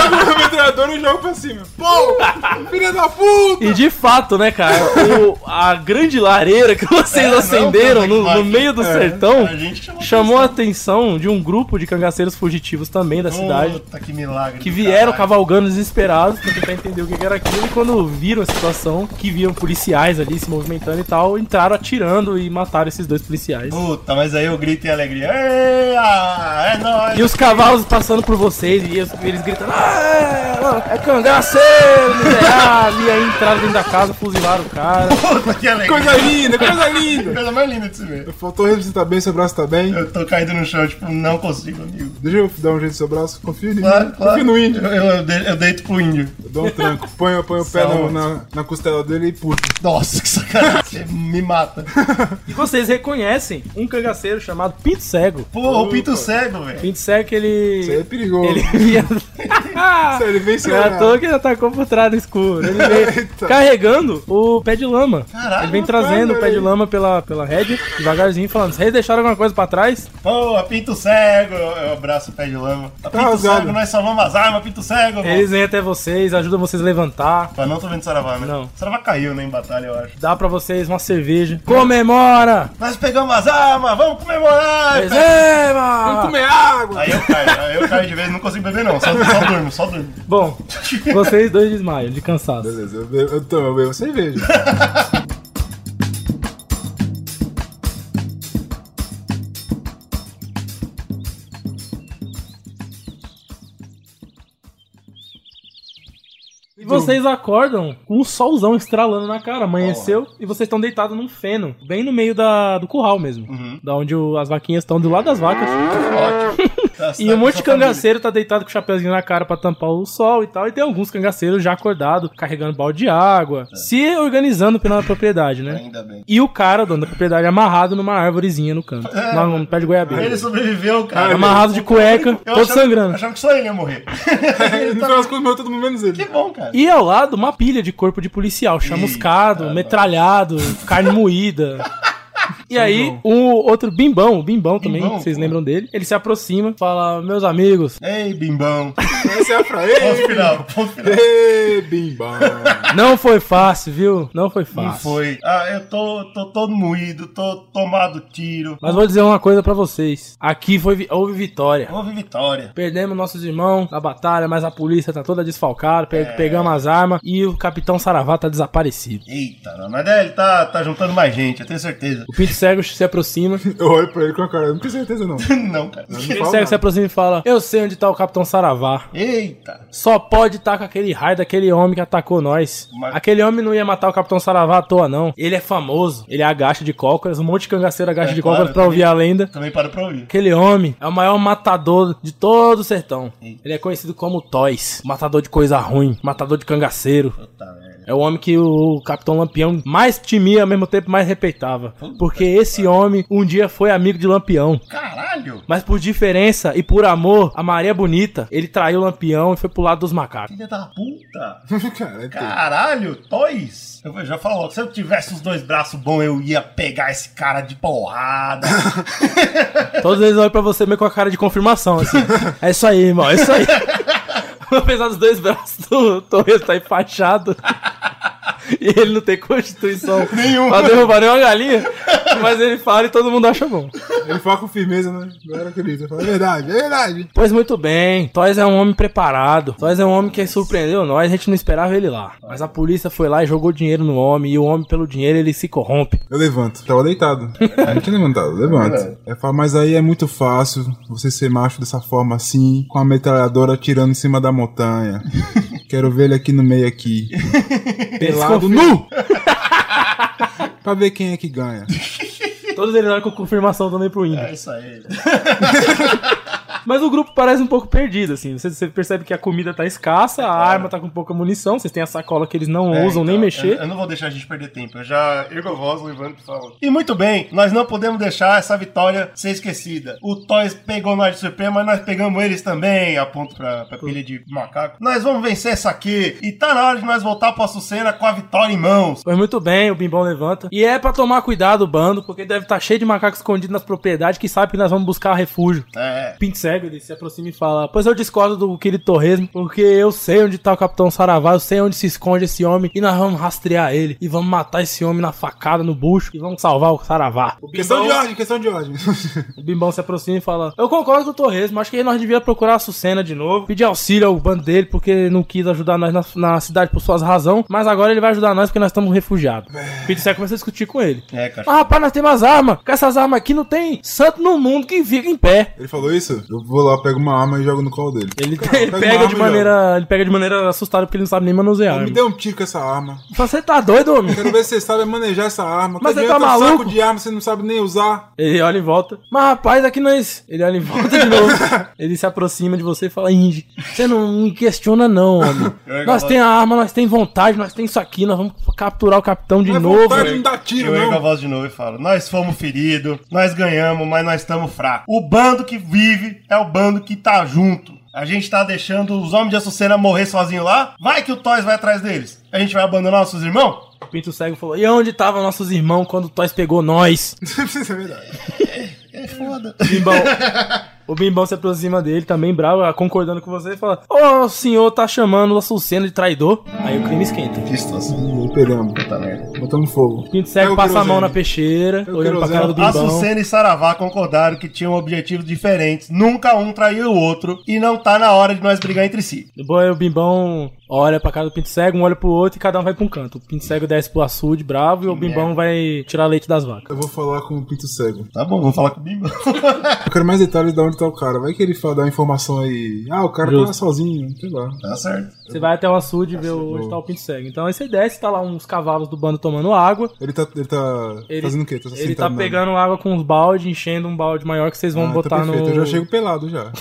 Speaker 4: pego uma metralhadora e jogo pra cima. Pum! Filha da puta!
Speaker 2: E de fato, né, cara, o- a grande lareira que vocês
Speaker 3: É, não,
Speaker 2: acenderam no,
Speaker 3: Deus Ex
Speaker 2: no
Speaker 3: Machina.
Speaker 2: meio do
Speaker 3: É.
Speaker 2: sertão
Speaker 3: A gente chamou,
Speaker 2: chamou a atenção de um grupo de cangaceiros fugitivos também
Speaker 3: Hum,
Speaker 2: da cidade.
Speaker 3: Puta, que milagre.
Speaker 2: que
Speaker 3: do
Speaker 2: vieram
Speaker 3: caralho.
Speaker 2: cavalgando desesperados pra tentar entender o que que era aquilo. E quando viram a situação, que viram policiais ali se movimentando e tal, entraram atirando e mataram esses dois policiais.
Speaker 3: Puta, mas aí eu grito em alegria. Ei, ah, é nóis.
Speaker 2: E os cavalos passando por vocês e eles- eles gritando: "Ah, é cangaceiro, miserável! E aí entraram dentro da casa, fuzilaram o cara.
Speaker 3: Puta, que alegria.
Speaker 4: Coisa linda, coisa linda!
Speaker 3: Coisa mais linda de se ver.
Speaker 4: Faltou ele, você tá bem, seu braço tá bem.
Speaker 3: Eu tô caído no chão, tipo, não consigo, amigo.
Speaker 4: Deixa eu dar um jeito no seu braço, confio em mim.
Speaker 3: Claro, claro.
Speaker 4: Confio no índio.
Speaker 3: Eu, eu de- eu deito pro índio.
Speaker 4: Eu dou um tranco, ponho, ponho o pé
Speaker 3: Salva.
Speaker 4: na, na, na costela dele e puxo.
Speaker 3: Nossa, que sacanagem. Você me mata.
Speaker 2: E vocês reconhecem um cangaceiro chamado Pinto Cego.
Speaker 3: Porra, o pinto cego, velho.
Speaker 2: Pinto Cego que ele.
Speaker 4: Isso aí é perigoso.
Speaker 2: Ele
Speaker 4: Isso
Speaker 2: vinha.
Speaker 4: aí ele vem sem
Speaker 2: Não é à
Speaker 4: olhar.
Speaker 2: toa que ele atacou por trás no escuro. Ele veio
Speaker 4: Eita.
Speaker 2: carregando o pé de lama.
Speaker 3: Caralho,
Speaker 2: ele vem
Speaker 4: cara,
Speaker 2: trazendo o pé de
Speaker 4: olha aí.
Speaker 2: lama pela, pela rede, devagarzinho, falando: vocês deixaram alguma coisa pra trás?
Speaker 3: Porra, pinto cego. Eu eu abraço o pé de lama. Pinto
Speaker 4: arrasado.
Speaker 3: cego, nós salvamos as armas, pinto cego. mano.
Speaker 2: Eles vêm até vocês, ajudam vocês a levantar,
Speaker 3: Mas não tô vendo Saravá, né?
Speaker 2: Não.
Speaker 3: Saravá caiu, né, em batalha, eu acho.
Speaker 2: dá pra vocês uma cerveja. Comemora!
Speaker 3: Nós pegamos as armas, vamos comemorar.
Speaker 2: é-
Speaker 4: Vamos
Speaker 2: Reserva!
Speaker 4: comer água!
Speaker 3: Aí eu caio, aí eu caio de vez, não consigo beber não, só, só durmo, só durmo.
Speaker 2: Bom, vocês dois desmaiam de cansaço.
Speaker 4: Beleza, eu bebo, eu tomo, eu bebo cerveja.
Speaker 2: E vocês acordam com um solzão estralando na cara. Amanheceu e vocês estão deitados num feno, bem no meio da, do curral mesmo. Da onde o- as vaquinhas estão, do lado das vacas.
Speaker 3: Tá,
Speaker 2: E um monte de
Speaker 3: só família.
Speaker 2: cangaceiro tá deitado com o chapeuzinho na cara pra tampar o sol e tal. E tem alguns cangaceiros já acordados, carregando balde de água, se organizando pela propriedade, né?
Speaker 3: Ainda bem.
Speaker 2: E o cara, dono da propriedade, amarrado numa árvorezinha no canto. lá no pé de
Speaker 3: Ele
Speaker 2: goiabeira.
Speaker 3: sobreviveu, cara.
Speaker 2: Ah, Amarrado de cueca,
Speaker 3: Eu
Speaker 2: todo
Speaker 3: achava- eu
Speaker 2: sangrando.
Speaker 3: achava que só ele ia morrer.
Speaker 4: No
Speaker 2: tá
Speaker 4: final das contas, morreu todo mundo menos
Speaker 3: que
Speaker 4: ele.
Speaker 3: bom, cara.
Speaker 2: E ao lado, uma pilha de corpo de policial, chamuscado, metralhado, carne moída. E aí, um outro bimbão, o bimbão também,
Speaker 3: Bimbão,
Speaker 2: vocês
Speaker 3: pô.
Speaker 2: lembram dele? Ele se aproxima, fala: Meus amigos,
Speaker 3: Ei, bimbão.
Speaker 4: Essa é a fra...
Speaker 3: Ponto
Speaker 4: Ei,
Speaker 3: final, ponto final.
Speaker 4: ei, bimbão.
Speaker 2: não foi fácil, viu? Não foi
Speaker 3: Não
Speaker 2: fácil.
Speaker 3: foi. Ah, eu tô, tô todo moído, tô tomado tiro.
Speaker 2: Mas vou dizer uma coisa pra vocês. Aqui foi vi- houve vitória.
Speaker 3: Houve vitória.
Speaker 2: Perdemos nossos irmãos na batalha, mas a polícia tá toda desfalcada, pe-
Speaker 3: É.
Speaker 2: pegamos as armas e o capitão Saravá tá desaparecido.
Speaker 3: é, Eita, mas daí ele tá, tá juntando mais gente, eu tenho certeza.
Speaker 2: O Pinto cego se aproxima.
Speaker 4: Eu olho pra ele com a cara, eu não tenho certeza não. Eu
Speaker 3: Não, cara.
Speaker 4: não
Speaker 2: O
Speaker 4: falo
Speaker 2: cego se
Speaker 4: nada.
Speaker 2: aproxima e fala: Eu sei onde tá o Capitão Saravá.
Speaker 3: Eita.
Speaker 2: Só pode estar com aquele raio daquele homem que atacou nós.
Speaker 3: Mas-
Speaker 2: Aquele homem não ia matar o Capitão Saravá à toa, não. Ele é famoso. Ele agacha de cócoras. Um monte de cangaceiro agacha
Speaker 3: É,
Speaker 2: de
Speaker 3: claro,
Speaker 2: cócoras pra
Speaker 3: também.
Speaker 2: ouvir a lenda.
Speaker 3: Também para pra ouvir.
Speaker 2: Aquele homem é o maior matador de todo o sertão.
Speaker 3: Eita.
Speaker 2: Ele é conhecido como Toys. Matador de coisa ruim. Matador de cangaceiro.
Speaker 3: Puta merda.
Speaker 2: É o homem que o Capitão Lampião mais temia e ao mesmo tempo mais respeitava. Porque esse homem um dia foi amigo de Lampião.
Speaker 3: Caralho.
Speaker 2: Mas por diferença e por amor, a Maria Bonita, ele traiu o Lampião e foi pro lado dos macacos.
Speaker 3: Filha da puta.
Speaker 2: é
Speaker 4: Cara, é tem-
Speaker 3: Caralho, Toys! Eu já falo, logo, se eu tivesse os dois braços bons, eu ia pegar esse cara de porrada.
Speaker 2: Todos eles olham pra você meio com a cara de confirmação, assim. É isso aí, irmão, é isso aí. Apesar dos dois braços do Torres tá enfaixado. E ele não tem constituição
Speaker 3: Nenhuma.
Speaker 2: pra derrubar nenhuma galinha. Mas ele fala e todo mundo acha bom.
Speaker 4: ele fala com firmeza, né? Agora acredita. Fala, é verdade, é verdade.
Speaker 2: Pois muito bem, Toys é um homem preparado. Toys é um homem que surpreendeu nós, a gente não esperava ele lá. Mas a polícia foi lá e jogou dinheiro no homem, e o homem, pelo dinheiro, ele se corrompe.
Speaker 4: Eu levanto. Tava deitado. Eu não tinha levantado, levanta. Eu falo, mas aí é muito fácil você ser macho dessa forma assim, com a metralhadora atirando em cima da montanha. Quero ver ele aqui no meio aqui. Pelado nu! pra ver quem é que ganha.
Speaker 2: Todos eles olham com confirmação também pro índio.
Speaker 3: É isso aí.
Speaker 2: Mas o grupo parece um pouco perdido, assim. Você, você percebe que a comida tá escassa, a arma tá com pouca munição, vocês têm a sacola que eles não
Speaker 3: É,
Speaker 2: usam nem
Speaker 3: então,
Speaker 2: mexer.
Speaker 3: Eu, eu não vou deixar a gente perder tempo. Eu já ergo a voz levando e falo. E muito bem, nós não podemos deixar essa vitória ser esquecida. O Toys pegou nós de surpresa, mas nós pegamos eles também. Aponto pra, pra pilha de macaco. Nós vamos vencer essa aqui. E tá na hora de nós voltar pra Sucena com a vitória em mãos.
Speaker 2: Pois muito bem, o Bimbão levanta. E é pra tomar cuidado o bando, porque deve estar cheio de macaco escondido nas propriedades que sabe que nós vamos buscar refúgio.
Speaker 3: É.
Speaker 2: Pinto cego, ele se aproxima e fala: Pois eu discordo do querido Torresmo, porque eu sei onde tá o Capitão Saravá, eu sei onde se esconde esse homem, e nós vamos rastrear ele, e vamos matar esse homem na facada, no bucho, e vamos salvar o Saravá. O
Speaker 4: Questão
Speaker 2: Bimbão,
Speaker 4: de ordem, questão de ordem.
Speaker 2: o Bimbão se aproxima e fala: Eu concordo com o Torresmo, acho que nós devíamos procurar a Sucena de novo, pedir auxílio ao bando dele, porque não quis ajudar nós na, na cidade por suas razões, mas agora ele vai ajudar nós porque nós estamos refugiados.
Speaker 4: É.
Speaker 2: O Pinto cego começa a discutir com ele.
Speaker 3: É, cara.
Speaker 2: Mas rapaz, nós temos as armas, com essas armas aqui não tem santo no mundo que fica em pé.
Speaker 4: Ele falou isso? Eu vou lá, pego uma arma e jogo no colo dele.
Speaker 2: Ele,
Speaker 4: Cara,
Speaker 2: ele
Speaker 4: pega
Speaker 2: pega
Speaker 4: uma
Speaker 2: de
Speaker 4: arma,
Speaker 2: maneira, ele pega de maneira assustada porque ele não sabe nem manusear.
Speaker 4: Me
Speaker 2: irmão.
Speaker 4: dê um tiro com essa arma.
Speaker 2: Fala, Você tá doido, homem?
Speaker 4: Quero ver se você sabe manejar essa arma.
Speaker 2: Mas
Speaker 4: Que
Speaker 2: você tá
Speaker 4: adianta um
Speaker 2: maluco?
Speaker 4: saco de arma, você não sabe nem usar.
Speaker 2: Ele olha em volta. Mas rapaz, aqui nós. Ele olha em volta de novo. ele se aproxima de você e fala: Indy, você não me questiona, não, homem.
Speaker 4: É,
Speaker 3: Eu
Speaker 2: nós
Speaker 3: gosto.
Speaker 2: tem a arma, nós tem vontade, nós tem isso aqui, nós vamos capturar o capitão de
Speaker 4: Não é
Speaker 2: novo.
Speaker 4: vontade, não dá tiro,
Speaker 3: Eu ergo a
Speaker 4: não.
Speaker 3: voz de novo e falo: Nós fomos feridos, nós ganhamos, mas nós estamos fracos. O bando que vive é o bando que tá junto. A gente tá deixando os homens de Açucena morrer sozinho lá. Vai que o Toys vai atrás deles. A gente vai abandonar nossos irmãos?
Speaker 2: O Pinto Cego falou: E onde estavam nossos irmãos quando o Toys pegou nós?
Speaker 4: Isso é verdade.
Speaker 3: É foda.
Speaker 2: Bimbão. O Bimbão se aproxima dele, também bravo, concordando com você, e fala: Ô o senhor tá chamando o Açulcena de traidor. Aí o crime esquenta.
Speaker 3: Que situação.
Speaker 4: Hum, Pegamos,
Speaker 3: Puta merda.
Speaker 4: botamos fogo.
Speaker 2: Pinto
Speaker 4: Pega
Speaker 2: cego
Speaker 4: É o
Speaker 2: passa a mão
Speaker 4: querosene.
Speaker 2: na peixeira,
Speaker 4: Pega o
Speaker 2: olhando pra
Speaker 4: querosene.
Speaker 2: cara do bimbão.
Speaker 3: Açucena e Saravá concordaram que tinham objetivos diferentes. Nunca um traiu o outro. E não tá na hora de nós brigar entre si.
Speaker 2: Depois é o bimbão olha pra cara do pinto cego, um olha pro outro e cada um vai pra um canto. O pinto cego desce pro açude, bravo, e o bimbão vai tirar leite das vacas.
Speaker 4: Eu vou falar com o Pinto Cego.
Speaker 3: Tá bom, vamos falar comigo.
Speaker 4: Eu quero mais detalhes de onde tá o cara. Vai que ele fala, dá uma informação aí. Ah, o cara tá
Speaker 2: Justo.
Speaker 4: sozinho, sei lá.
Speaker 3: tá certo.
Speaker 2: Você vai até o açude e vê onde tá o pinto cego. Então aí você desce, tá lá uns cavalos do bando tomando água.
Speaker 4: Ele tá, ele tá
Speaker 2: Ele,
Speaker 4: fazendo o quê? Tá
Speaker 2: ele tá
Speaker 4: na-
Speaker 2: pegando água com uns balde, enchendo um balde maior que vocês vão
Speaker 4: Ah,
Speaker 2: botar
Speaker 4: tá
Speaker 2: no.
Speaker 4: perfeito. Eu já chego pelado já.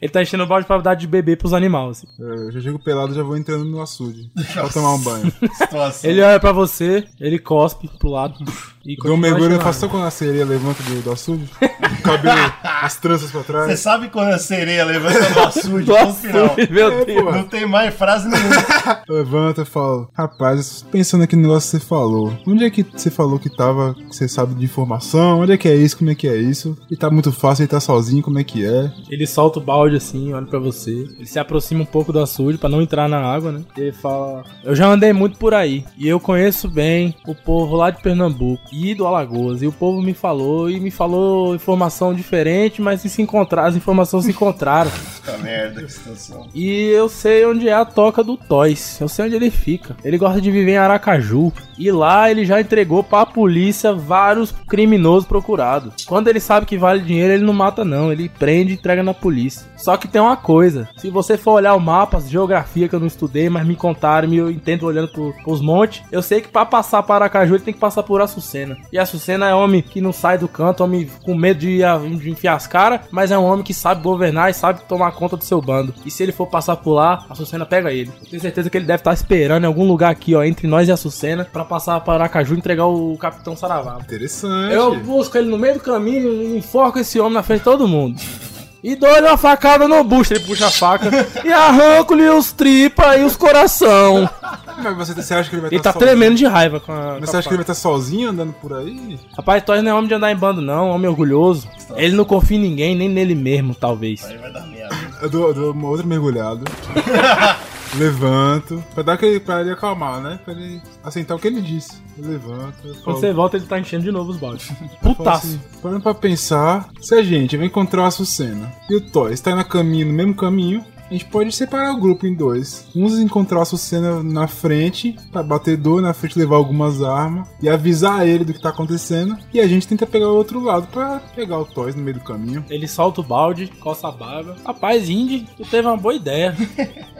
Speaker 2: Ele tá enchendo o balde pra dar de beber pros animais. assim.
Speaker 4: É, Eu já chego pelado já vou entrando no açude. Pra tomar um banho.
Speaker 3: Situação.
Speaker 2: Ele olha pra você, ele cospe pro lado e
Speaker 4: Dou um
Speaker 2: continua
Speaker 4: mergulho, eu
Speaker 2: enchendo a
Speaker 4: faço só quando a sereia levanta do, do açude. O cabelo, as tranças pra
Speaker 3: Você
Speaker 4: trás.
Speaker 3: sabe quando a sereia levanta no açude
Speaker 2: água.
Speaker 3: no final?
Speaker 2: Açude, meu
Speaker 4: É,
Speaker 2: Deus.
Speaker 4: pô.
Speaker 3: Não tem mais frase nenhuma.
Speaker 4: Levanta e fala, rapaz, pensando aqui no negócio que você falou. Onde é que você falou que tava, que você sabe de informação? Onde é que é isso? Como é que é isso? E tá muito fácil, ele tá sozinho, como é que é?
Speaker 2: Ele solta o balde assim, olha pra você. Ele se aproxima um pouco do açude pra não entrar na água, né? E ele fala: Eu já andei muito por aí e eu conheço bem o povo lá de Pernambuco. e do Alagoas. E o povo me falou, e me falou informação diferente, mas se se encontrar, as informações se encontraram.
Speaker 3: Puta merda, que situação.
Speaker 2: E eu sei onde é a toca do Toys. Eu sei onde ele fica. Ele gosta de viver em Aracaju. E lá ele já entregou pra polícia vários criminosos procurados. Quando ele sabe que vale dinheiro, ele não mata não. Ele prende e entrega na polícia. Só que tem uma coisa. Se você for olhar o mapa, geografia que eu não estudei, mas me contaram, me eu entendo olhando pro, pros montes, eu sei que pra passar pra Aracaju, ele tem que passar por Açucena. E Açucena é homem que não sai do canto, homem com medo de, ah, de enfiar as caras, mas é um homem que sabe governar e sabe tomar conta do seu bando. E se ele for passar por lá, a Açucena pega ele. Eu tenho certeza que ele deve estar esperando em algum lugar aqui, ó, entre nós e a Açucena, pra passar pra Aracaju e entregar o Capitão Saravá.
Speaker 4: Interessante.
Speaker 2: Eu busco ele no meio do caminho e enforco esse homem na frente de todo mundo. E dou-lhe uma facada no bucho, ele puxa a faca e arranco-lhe os tripa e os coração.
Speaker 4: Ah, Mas você, você acha que ele vai
Speaker 2: Ele
Speaker 4: estar
Speaker 2: tá tremendo de raiva com a.
Speaker 4: Mas
Speaker 2: com
Speaker 4: você
Speaker 2: a
Speaker 4: acha que ele
Speaker 2: faca.
Speaker 4: vai estar sozinho andando por aí?
Speaker 2: Rapaz, Toys não é homem de andar em bando, não, homem orgulhoso.
Speaker 4: Tá.
Speaker 2: Ele não confia em ninguém, nem nele mesmo, talvez.
Speaker 3: Aí vai dar merda.
Speaker 4: Eu dou, eu dou uma outra mergulhada. levanto. Pra dar aquele. pra ele acalmar, né? Pra ele aceitar o que ele disse. Eu levanto. eu
Speaker 2: Quando
Speaker 4: falo-
Speaker 2: você volta, ele tá enchendo de novo os baldes.
Speaker 4: eu falo assim,
Speaker 2: Putaço.
Speaker 4: Parando pra pensar, se a gente vai encontrar a Açucena e o Toy está na caminho, no mesmo caminho. A gente pode separar o grupo em dois. Uns encontrar a Açucena na frente, pra batedor, na frente levar algumas armas e avisar ele do que tá acontecendo. E a gente tenta pegar o outro lado pra pegar o Toys no meio do caminho.
Speaker 2: Ele solta o balde, coça a barba. Rapaz, Indy, tu teve uma boa ideia.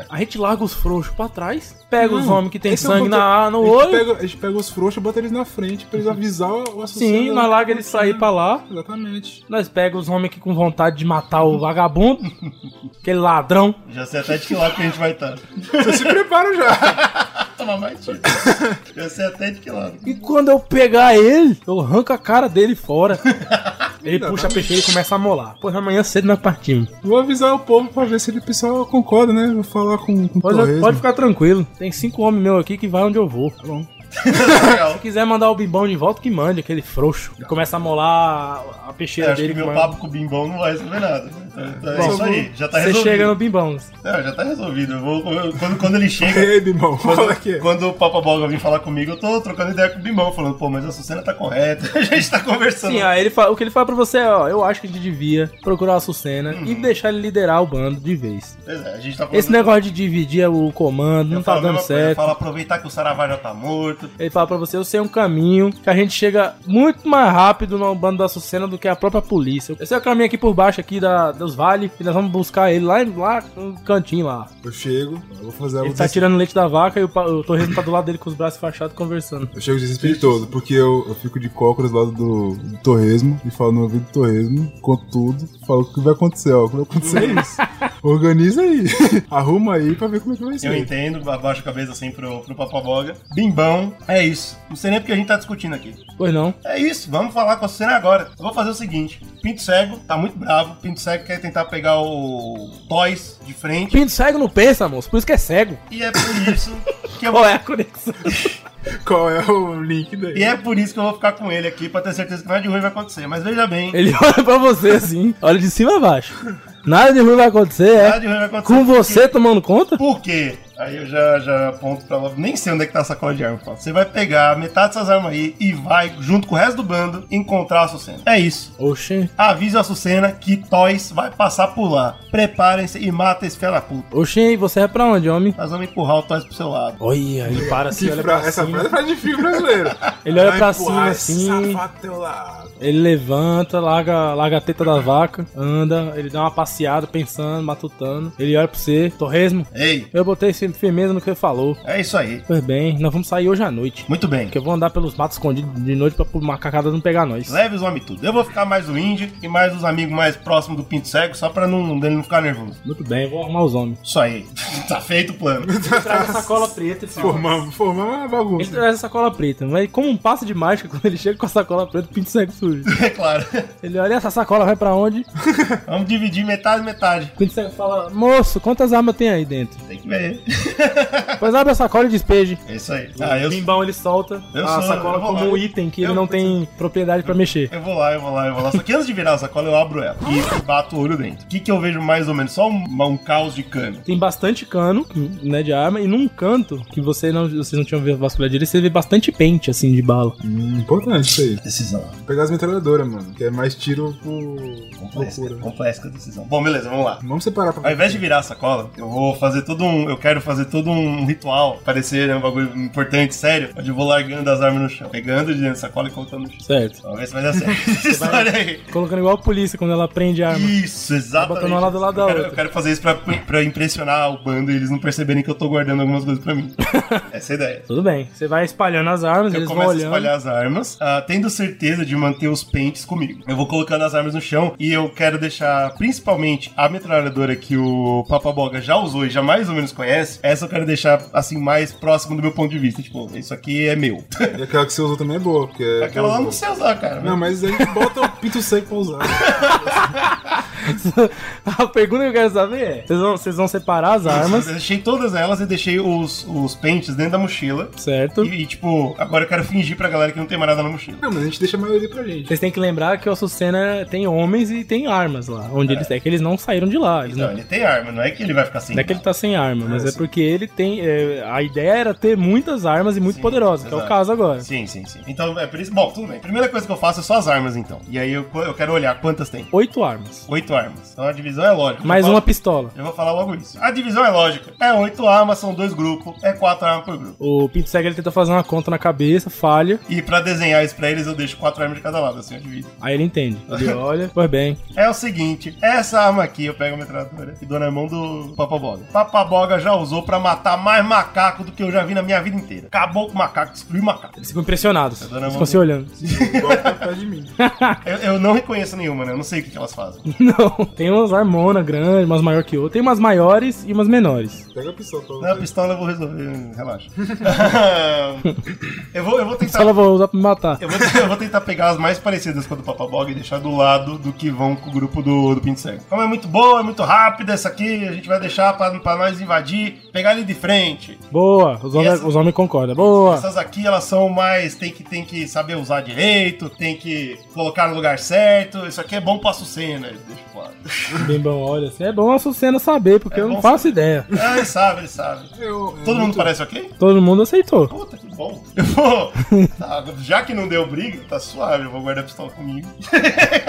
Speaker 2: A gente larga os frouxos pra trás, pega os
Speaker 4: Não,
Speaker 2: homens que tem
Speaker 4: esse é o
Speaker 2: sangue
Speaker 4: ponto-
Speaker 2: na, no
Speaker 4: a gente
Speaker 2: olho.
Speaker 4: Pega, a gente pega os frouxos e bota eles na frente pra eles avisar o assassino.
Speaker 2: Sim, nós larga ele sair pra lá.
Speaker 4: Exatamente.
Speaker 2: Nós pega os homens aqui com vontade de matar o vagabundo, aquele ladrão.
Speaker 3: Já sei até de que lado que a gente vai tá. estar.
Speaker 4: Você se prepara já.
Speaker 3: Toma mais tiro. Já sei até de que lado.
Speaker 2: E quando eu pegar ele, eu arranco a cara dele fora. Ele puxa a peixeira e começa a molar. Pois amanhã cedo nós partimos.
Speaker 4: Vou avisar o povo pra ver se ele pessoal concorda, né? Vou falar com, com o
Speaker 2: Pode,
Speaker 4: Torresmo.
Speaker 2: pode ficar tranquilo. Tem cinco homens meus aqui que vai onde eu vou.
Speaker 4: Tá bom.
Speaker 2: Se quiser mandar o bimbão de volta, que mande, aquele frouxo. E começa a molar a
Speaker 3: Eu
Speaker 2: peixeira
Speaker 3: É, acho que
Speaker 2: dele.
Speaker 3: meu
Speaker 2: com a-
Speaker 3: papo com o Bimbão não vai resolver nada. Então, é
Speaker 2: Bom,
Speaker 3: isso aí, já tá
Speaker 2: Você
Speaker 3: resolvido.
Speaker 2: chega no bimbão.
Speaker 3: Não, já tá resolvido. Eu vou, eu- quando, quando ele chega.
Speaker 4: Ei, irmão, fala aqui.
Speaker 3: Quando, quando o Papa Boga vem falar comigo, eu tô trocando ideia com o Bimbão, falando, pô, mas a Sucena tá correta, a gente tá conversando.
Speaker 2: Sim, aí ele fala- o que ele fala pra você é, ó, eu acho que a gente devia procurar a Sucena e
Speaker 3: Uhum.
Speaker 2: deixar ele liderar o bando de vez.
Speaker 3: Pois é, a gente tá falando.
Speaker 2: Esse negócio de dividir o comando não
Speaker 3: Eu
Speaker 2: tá
Speaker 3: falo a
Speaker 2: dando
Speaker 3: mesma coisa, eu
Speaker 2: certo.
Speaker 3: falo, aproveitar que o Saravá já tá morto.
Speaker 2: Ele fala pra você, eu sei um caminho que a gente chega muito mais rápido no bando da Sucena do que a própria polícia. Eu sei o caminho aqui por baixo aqui da, dos vales e nós vamos buscar ele lá, em- lá no cantinho lá.
Speaker 4: Eu chego, eu vou fazer algo
Speaker 2: Ele tá
Speaker 4: des-
Speaker 2: tirando leite da vaca e o, pa- o Torresmo tá do lado dele com os braços fachados conversando.
Speaker 4: Eu chego desrespeitoso, porque eu, eu fico de cócoras do lado do, do Torresmo e falo no ouvido do Torresmo, conto tudo, falo o que vai acontecer, ó. O que vai acontecer é isso. Organiza aí. Arruma aí pra ver como é que vai ser.
Speaker 3: Eu entendo, abaixo a cabeça assim pro, pro Papa Boga. Bimbão, é isso. Não sei nem porque a gente tá discutindo aqui.
Speaker 2: Pois não.
Speaker 3: É isso, vamos falar com a Sucena agora. Eu vou fazer o seguinte: Pinto Cego tá muito bravo. Pinto Cego quer tentar pegar o Toys de frente.
Speaker 2: Pinto cego não pensa, moço, por isso que é cego.
Speaker 3: E é por isso que eu
Speaker 2: Qual é a conexão?
Speaker 4: Qual é o link daí?
Speaker 3: E é por isso que eu vou ficar com ele aqui, pra ter certeza que nada de ruim vai acontecer. Mas veja bem,
Speaker 2: Ele olha pra você assim, olha de cima a baixo. Nada de ruim vai acontecer,
Speaker 3: nada
Speaker 2: é.
Speaker 3: de ruim vai acontecer.
Speaker 2: Com você tomando conta?
Speaker 3: Por quê? Aí eu já, já aponto pra lá. Nem sei onde é que tá essa cola de arma. eu falo. Você vai pegar metade dessas armas aí e vai, junto com o resto do bando, encontrar a Sucena. É isso.
Speaker 2: Oxê.
Speaker 3: Avisa a Sucena que Toys vai passar por lá. Preparem-se e mata esse fela puta.
Speaker 2: Oxê, e você é pra onde, homem?
Speaker 3: Nós vamos empurrar o Toys pro seu lado.
Speaker 2: Olha, ele para assim,
Speaker 4: Que
Speaker 2: olha
Speaker 4: fra-
Speaker 2: pra
Speaker 4: Essa
Speaker 2: cima.
Speaker 4: frase é frase de filme brasileiro.
Speaker 2: Ele olha
Speaker 4: Vai
Speaker 2: pra
Speaker 4: empurrar
Speaker 2: cima
Speaker 4: esse
Speaker 2: assim.
Speaker 4: safado teu lado.
Speaker 2: Ele levanta, larga, larga a teta da vaca, anda, ele dá uma passeada pensando, matutando. Ele olha pra você, Torresmo,
Speaker 3: Ei,
Speaker 2: eu botei esse firmeza no que ele falou.
Speaker 3: é isso aí.
Speaker 2: Pois bem, nós vamos sair hoje à noite.
Speaker 3: Muito bem.
Speaker 2: Que eu vou andar pelos matos escondidos de noite pra pro macacada não pegar nós.
Speaker 3: Leve os homens tudo. Eu vou ficar mais o índio e mais os amigos mais próximos do Pinto Cego, só pra não, dele não ficar nervoso.
Speaker 2: Muito bem, vou arrumar os homens.
Speaker 3: Isso aí. tá feito o plano.
Speaker 2: Traz a sacola preta, filho.
Speaker 4: Formamos, formamos uma
Speaker 2: Ele
Speaker 4: bagunça.
Speaker 2: traz a sacola preta, mas como um passo de mágica, quando ele chega com a sacola preta, o pinto cego surge.
Speaker 3: É claro.
Speaker 2: Ele olha, essa sacola vai pra onde?
Speaker 3: Vamos dividir metade metade.
Speaker 2: O pinto cego fala, moço, quantas armas tem aí dentro?
Speaker 3: Tem que ver.
Speaker 2: Pois abre a sacola e despeje.
Speaker 3: É isso aí.
Speaker 2: Ah,
Speaker 3: Ah, eu,
Speaker 2: Bimbão ele solta
Speaker 3: Eu
Speaker 2: a
Speaker 3: sou-
Speaker 2: sacola
Speaker 3: eu vou
Speaker 2: como
Speaker 3: lá.
Speaker 2: um item que ele
Speaker 3: Eu-
Speaker 2: não tem propriedade pra mexer.
Speaker 3: eu vou lá, eu vou lá, eu vou lá. Só que antes de virar a sacola, eu abro ela e bato o olho dentro. O que, que eu vejo mais ou menos? Só um, um caos de cano.
Speaker 2: Tem bastante cano, né, de arma, e num canto que você não, vocês não tinham visto vasculhar direito, você vê bastante pente, assim, de bala.
Speaker 4: Hum, importante isso aí.
Speaker 3: Decisão.
Speaker 4: Pegar as metralhadoras, mano. Que é mais tiro por
Speaker 3: Complexa,
Speaker 4: loucura. né?
Speaker 3: complexa a decisão. Bom, beleza, vamos lá.
Speaker 4: Vamos separar pra.
Speaker 3: Ao invés de virar a sacola, eu vou fazer todo um. Eu quero fazer todo um ritual, parecer né, um bagulho importante, sério, onde eu vou largando as armas no chão, pegando de dentro da sacola e colocando no chão.
Speaker 2: Certo.
Speaker 3: Vamos ver se vai dar certo. Essa história aí.
Speaker 2: Colocando igual a polícia quando ela prende a arma.
Speaker 3: Isso, exatamente.
Speaker 2: botando uma lá do lado da
Speaker 3: eu, quero,
Speaker 2: outra.
Speaker 3: eu quero fazer isso pra, pra impressionar o bando e eles não perceberem que eu tô guardando algumas coisas pra mim. Essa é a ideia.
Speaker 2: Tudo bem. Você vai espalhando as armas,
Speaker 3: Eu
Speaker 2: eles vão
Speaker 3: começo a
Speaker 2: olhando.
Speaker 3: espalhar as armas, ah, tendo certeza de manter os pentes comigo. Eu vou colocando as armas no chão e eu quero deixar principalmente a metralhadora que o Papa Boga já usou e já mais ou menos conhece. Essa eu quero deixar assim mais próximo do meu ponto de vista. Tipo, isso aqui é meu.
Speaker 4: E aquela que você usou também é boa, porque é.
Speaker 3: Aquela lá eu não
Speaker 4: usou.
Speaker 3: sei usar, cara. né?
Speaker 4: Não, mas a gente bota o pinto seco pra usar.
Speaker 2: a pergunta que eu quero saber é: vocês vão, vocês vão separar as armas,
Speaker 3: Eu deixei todas elas e deixei os, os pentes dentro da mochila.
Speaker 2: certo?
Speaker 3: E, e, tipo, agora eu quero fingir pra galera que não tem mais nada na mochila.
Speaker 4: Não, mas a gente deixa a maioria pra gente.
Speaker 2: Vocês têm que lembrar que o Açucena tem homens e tem armas lá. Onde eles é que eles não saíram de lá. Eles não,
Speaker 3: Então, ele tem arma, não é que ele vai ficar sem.
Speaker 2: não é que ele tá sem arma, mas é
Speaker 3: sim.
Speaker 2: porque ele tem. é, a ideia era ter muitas armas e muito poderosas, que é o
Speaker 3: exato.
Speaker 2: caso agora.
Speaker 3: Sim, sim, sim. Então, é por isso. Bom, tudo bem. Primeira coisa que eu faço é só as armas, então. E aí eu, eu quero olhar quantas tem.
Speaker 2: Oito armas.
Speaker 3: Oito armas. Então a divisão é lógica.
Speaker 2: Mais
Speaker 3: eu
Speaker 2: uma
Speaker 3: falo-
Speaker 2: pistola.
Speaker 3: Eu vou falar logo isso. A divisão é lógica. É oito armas, são dois grupos. É quatro armas por grupo.
Speaker 2: O Pinto Cego ele tenta fazer uma conta na cabeça, falha,
Speaker 3: E pra desenhar isso pra eles, eu deixo quatro armas de cada lado, assim eu divido.
Speaker 2: aí ele entende. Ele olha, pois bem.
Speaker 3: É o seguinte: essa arma aqui eu pego a metralhadora e dou na mão do Papaboga. Papaboga já usou pra matar mais macaco do que eu já vi na minha vida inteira. Acabou com o macaco, destruiu o macaco.
Speaker 2: Eles ficam impressionados.
Speaker 3: Tá dando a
Speaker 2: Eles
Speaker 3: mão
Speaker 2: ficam se olhando.
Speaker 4: Bota pra trás de mim.
Speaker 3: Eu, eu não reconheço nenhuma, né? Eu não sei o que, que elas fazem.
Speaker 2: Não. Tem umas armona grandes, umas maior que outras. Tem umas maiores e umas menores.
Speaker 4: Pega a pistola pra
Speaker 3: Não, é a
Speaker 4: você.
Speaker 3: pistola eu vou resolver, relaxa. eu, vou, eu vou tentar.
Speaker 2: Só ela vai usar pra me matar.
Speaker 3: Eu vou, eu vou tentar pegar as mais parecidas com a do Papabog e deixar do lado do que vão com o grupo do, do Pinto Cego. Como é muito boa, é muito rápida essa aqui, a gente vai deixar pra, pra nós invadir, pegar ele de frente.
Speaker 2: Boa. Os homens,
Speaker 3: essa-
Speaker 2: os homens concordam. Boa.
Speaker 3: Essas aqui, elas são mais. Tem que, tem que saber usar direito, tem que colocar no lugar certo. Isso aqui é bom pra Sucena, deixa eu falar.
Speaker 2: Bimbão olha assim. É bom a Sucena saber, porque
Speaker 3: É
Speaker 2: eu não
Speaker 3: bom
Speaker 2: faço ideia.
Speaker 3: Ah, ele sabe, ele sabe.
Speaker 4: Eu- eu-
Speaker 3: Todo mundo parece ok?
Speaker 2: Todo mundo aceitou.
Speaker 3: Puta que bom. Eu vou. Tá, já que não deu briga, tá suave, eu vou guardar a pistola comigo.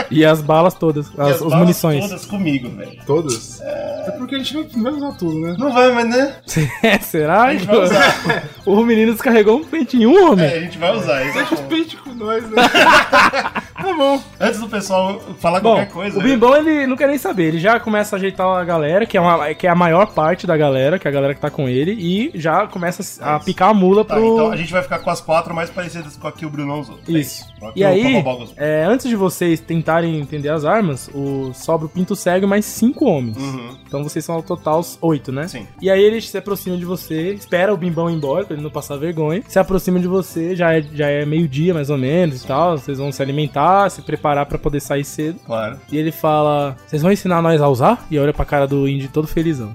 Speaker 2: E as balas todas, as,
Speaker 3: E as
Speaker 2: Tá, as
Speaker 3: balas
Speaker 2: munições.
Speaker 3: Todas comigo, velho.
Speaker 4: Todas? É... porque a gente não vai usar tudo, né?
Speaker 3: Não vai, mas né?
Speaker 2: É, Será?
Speaker 3: A gente vai usar.
Speaker 2: O menino descarregou um pente em um, homem.
Speaker 3: É, a gente vai usar. Isso é bom.
Speaker 4: Pente com nós, né? tá bom.
Speaker 3: Antes do pessoal falar
Speaker 2: Bom,
Speaker 3: qualquer coisa.
Speaker 2: o Bimbão ele não quer nem saber, ele já começa a ajeitar a galera, que é, uma- que é a maior parte da galera, que é a galera que tá com ele, e já começa a picar a mula
Speaker 3: Tá,
Speaker 2: pro.
Speaker 3: então a gente vai ficar com as quatro mais parecidas com a que o Bruno usou. É
Speaker 2: Isso.
Speaker 3: Com a que
Speaker 2: E
Speaker 3: o
Speaker 2: aí,
Speaker 3: Papaboga usou.
Speaker 2: é, antes de vocês tentarem entender as armas, o sobra o Pinto Cego e mais cinco homens.
Speaker 3: Uhum.
Speaker 2: Então vocês são ao total os oito, né?
Speaker 3: Sim.
Speaker 2: E aí ele se aproxima de você, espera o bimbão ir embora pra ele não passar vergonha. Se aproxima de você, já é, já é meio-dia mais ou menos e tal. Vocês vão se alimentar, se preparar pra poder sair cedo.
Speaker 3: Claro.
Speaker 2: E ele fala: Vocês vão ensinar nós a usar? E olha pra cara do Indy todo felizão.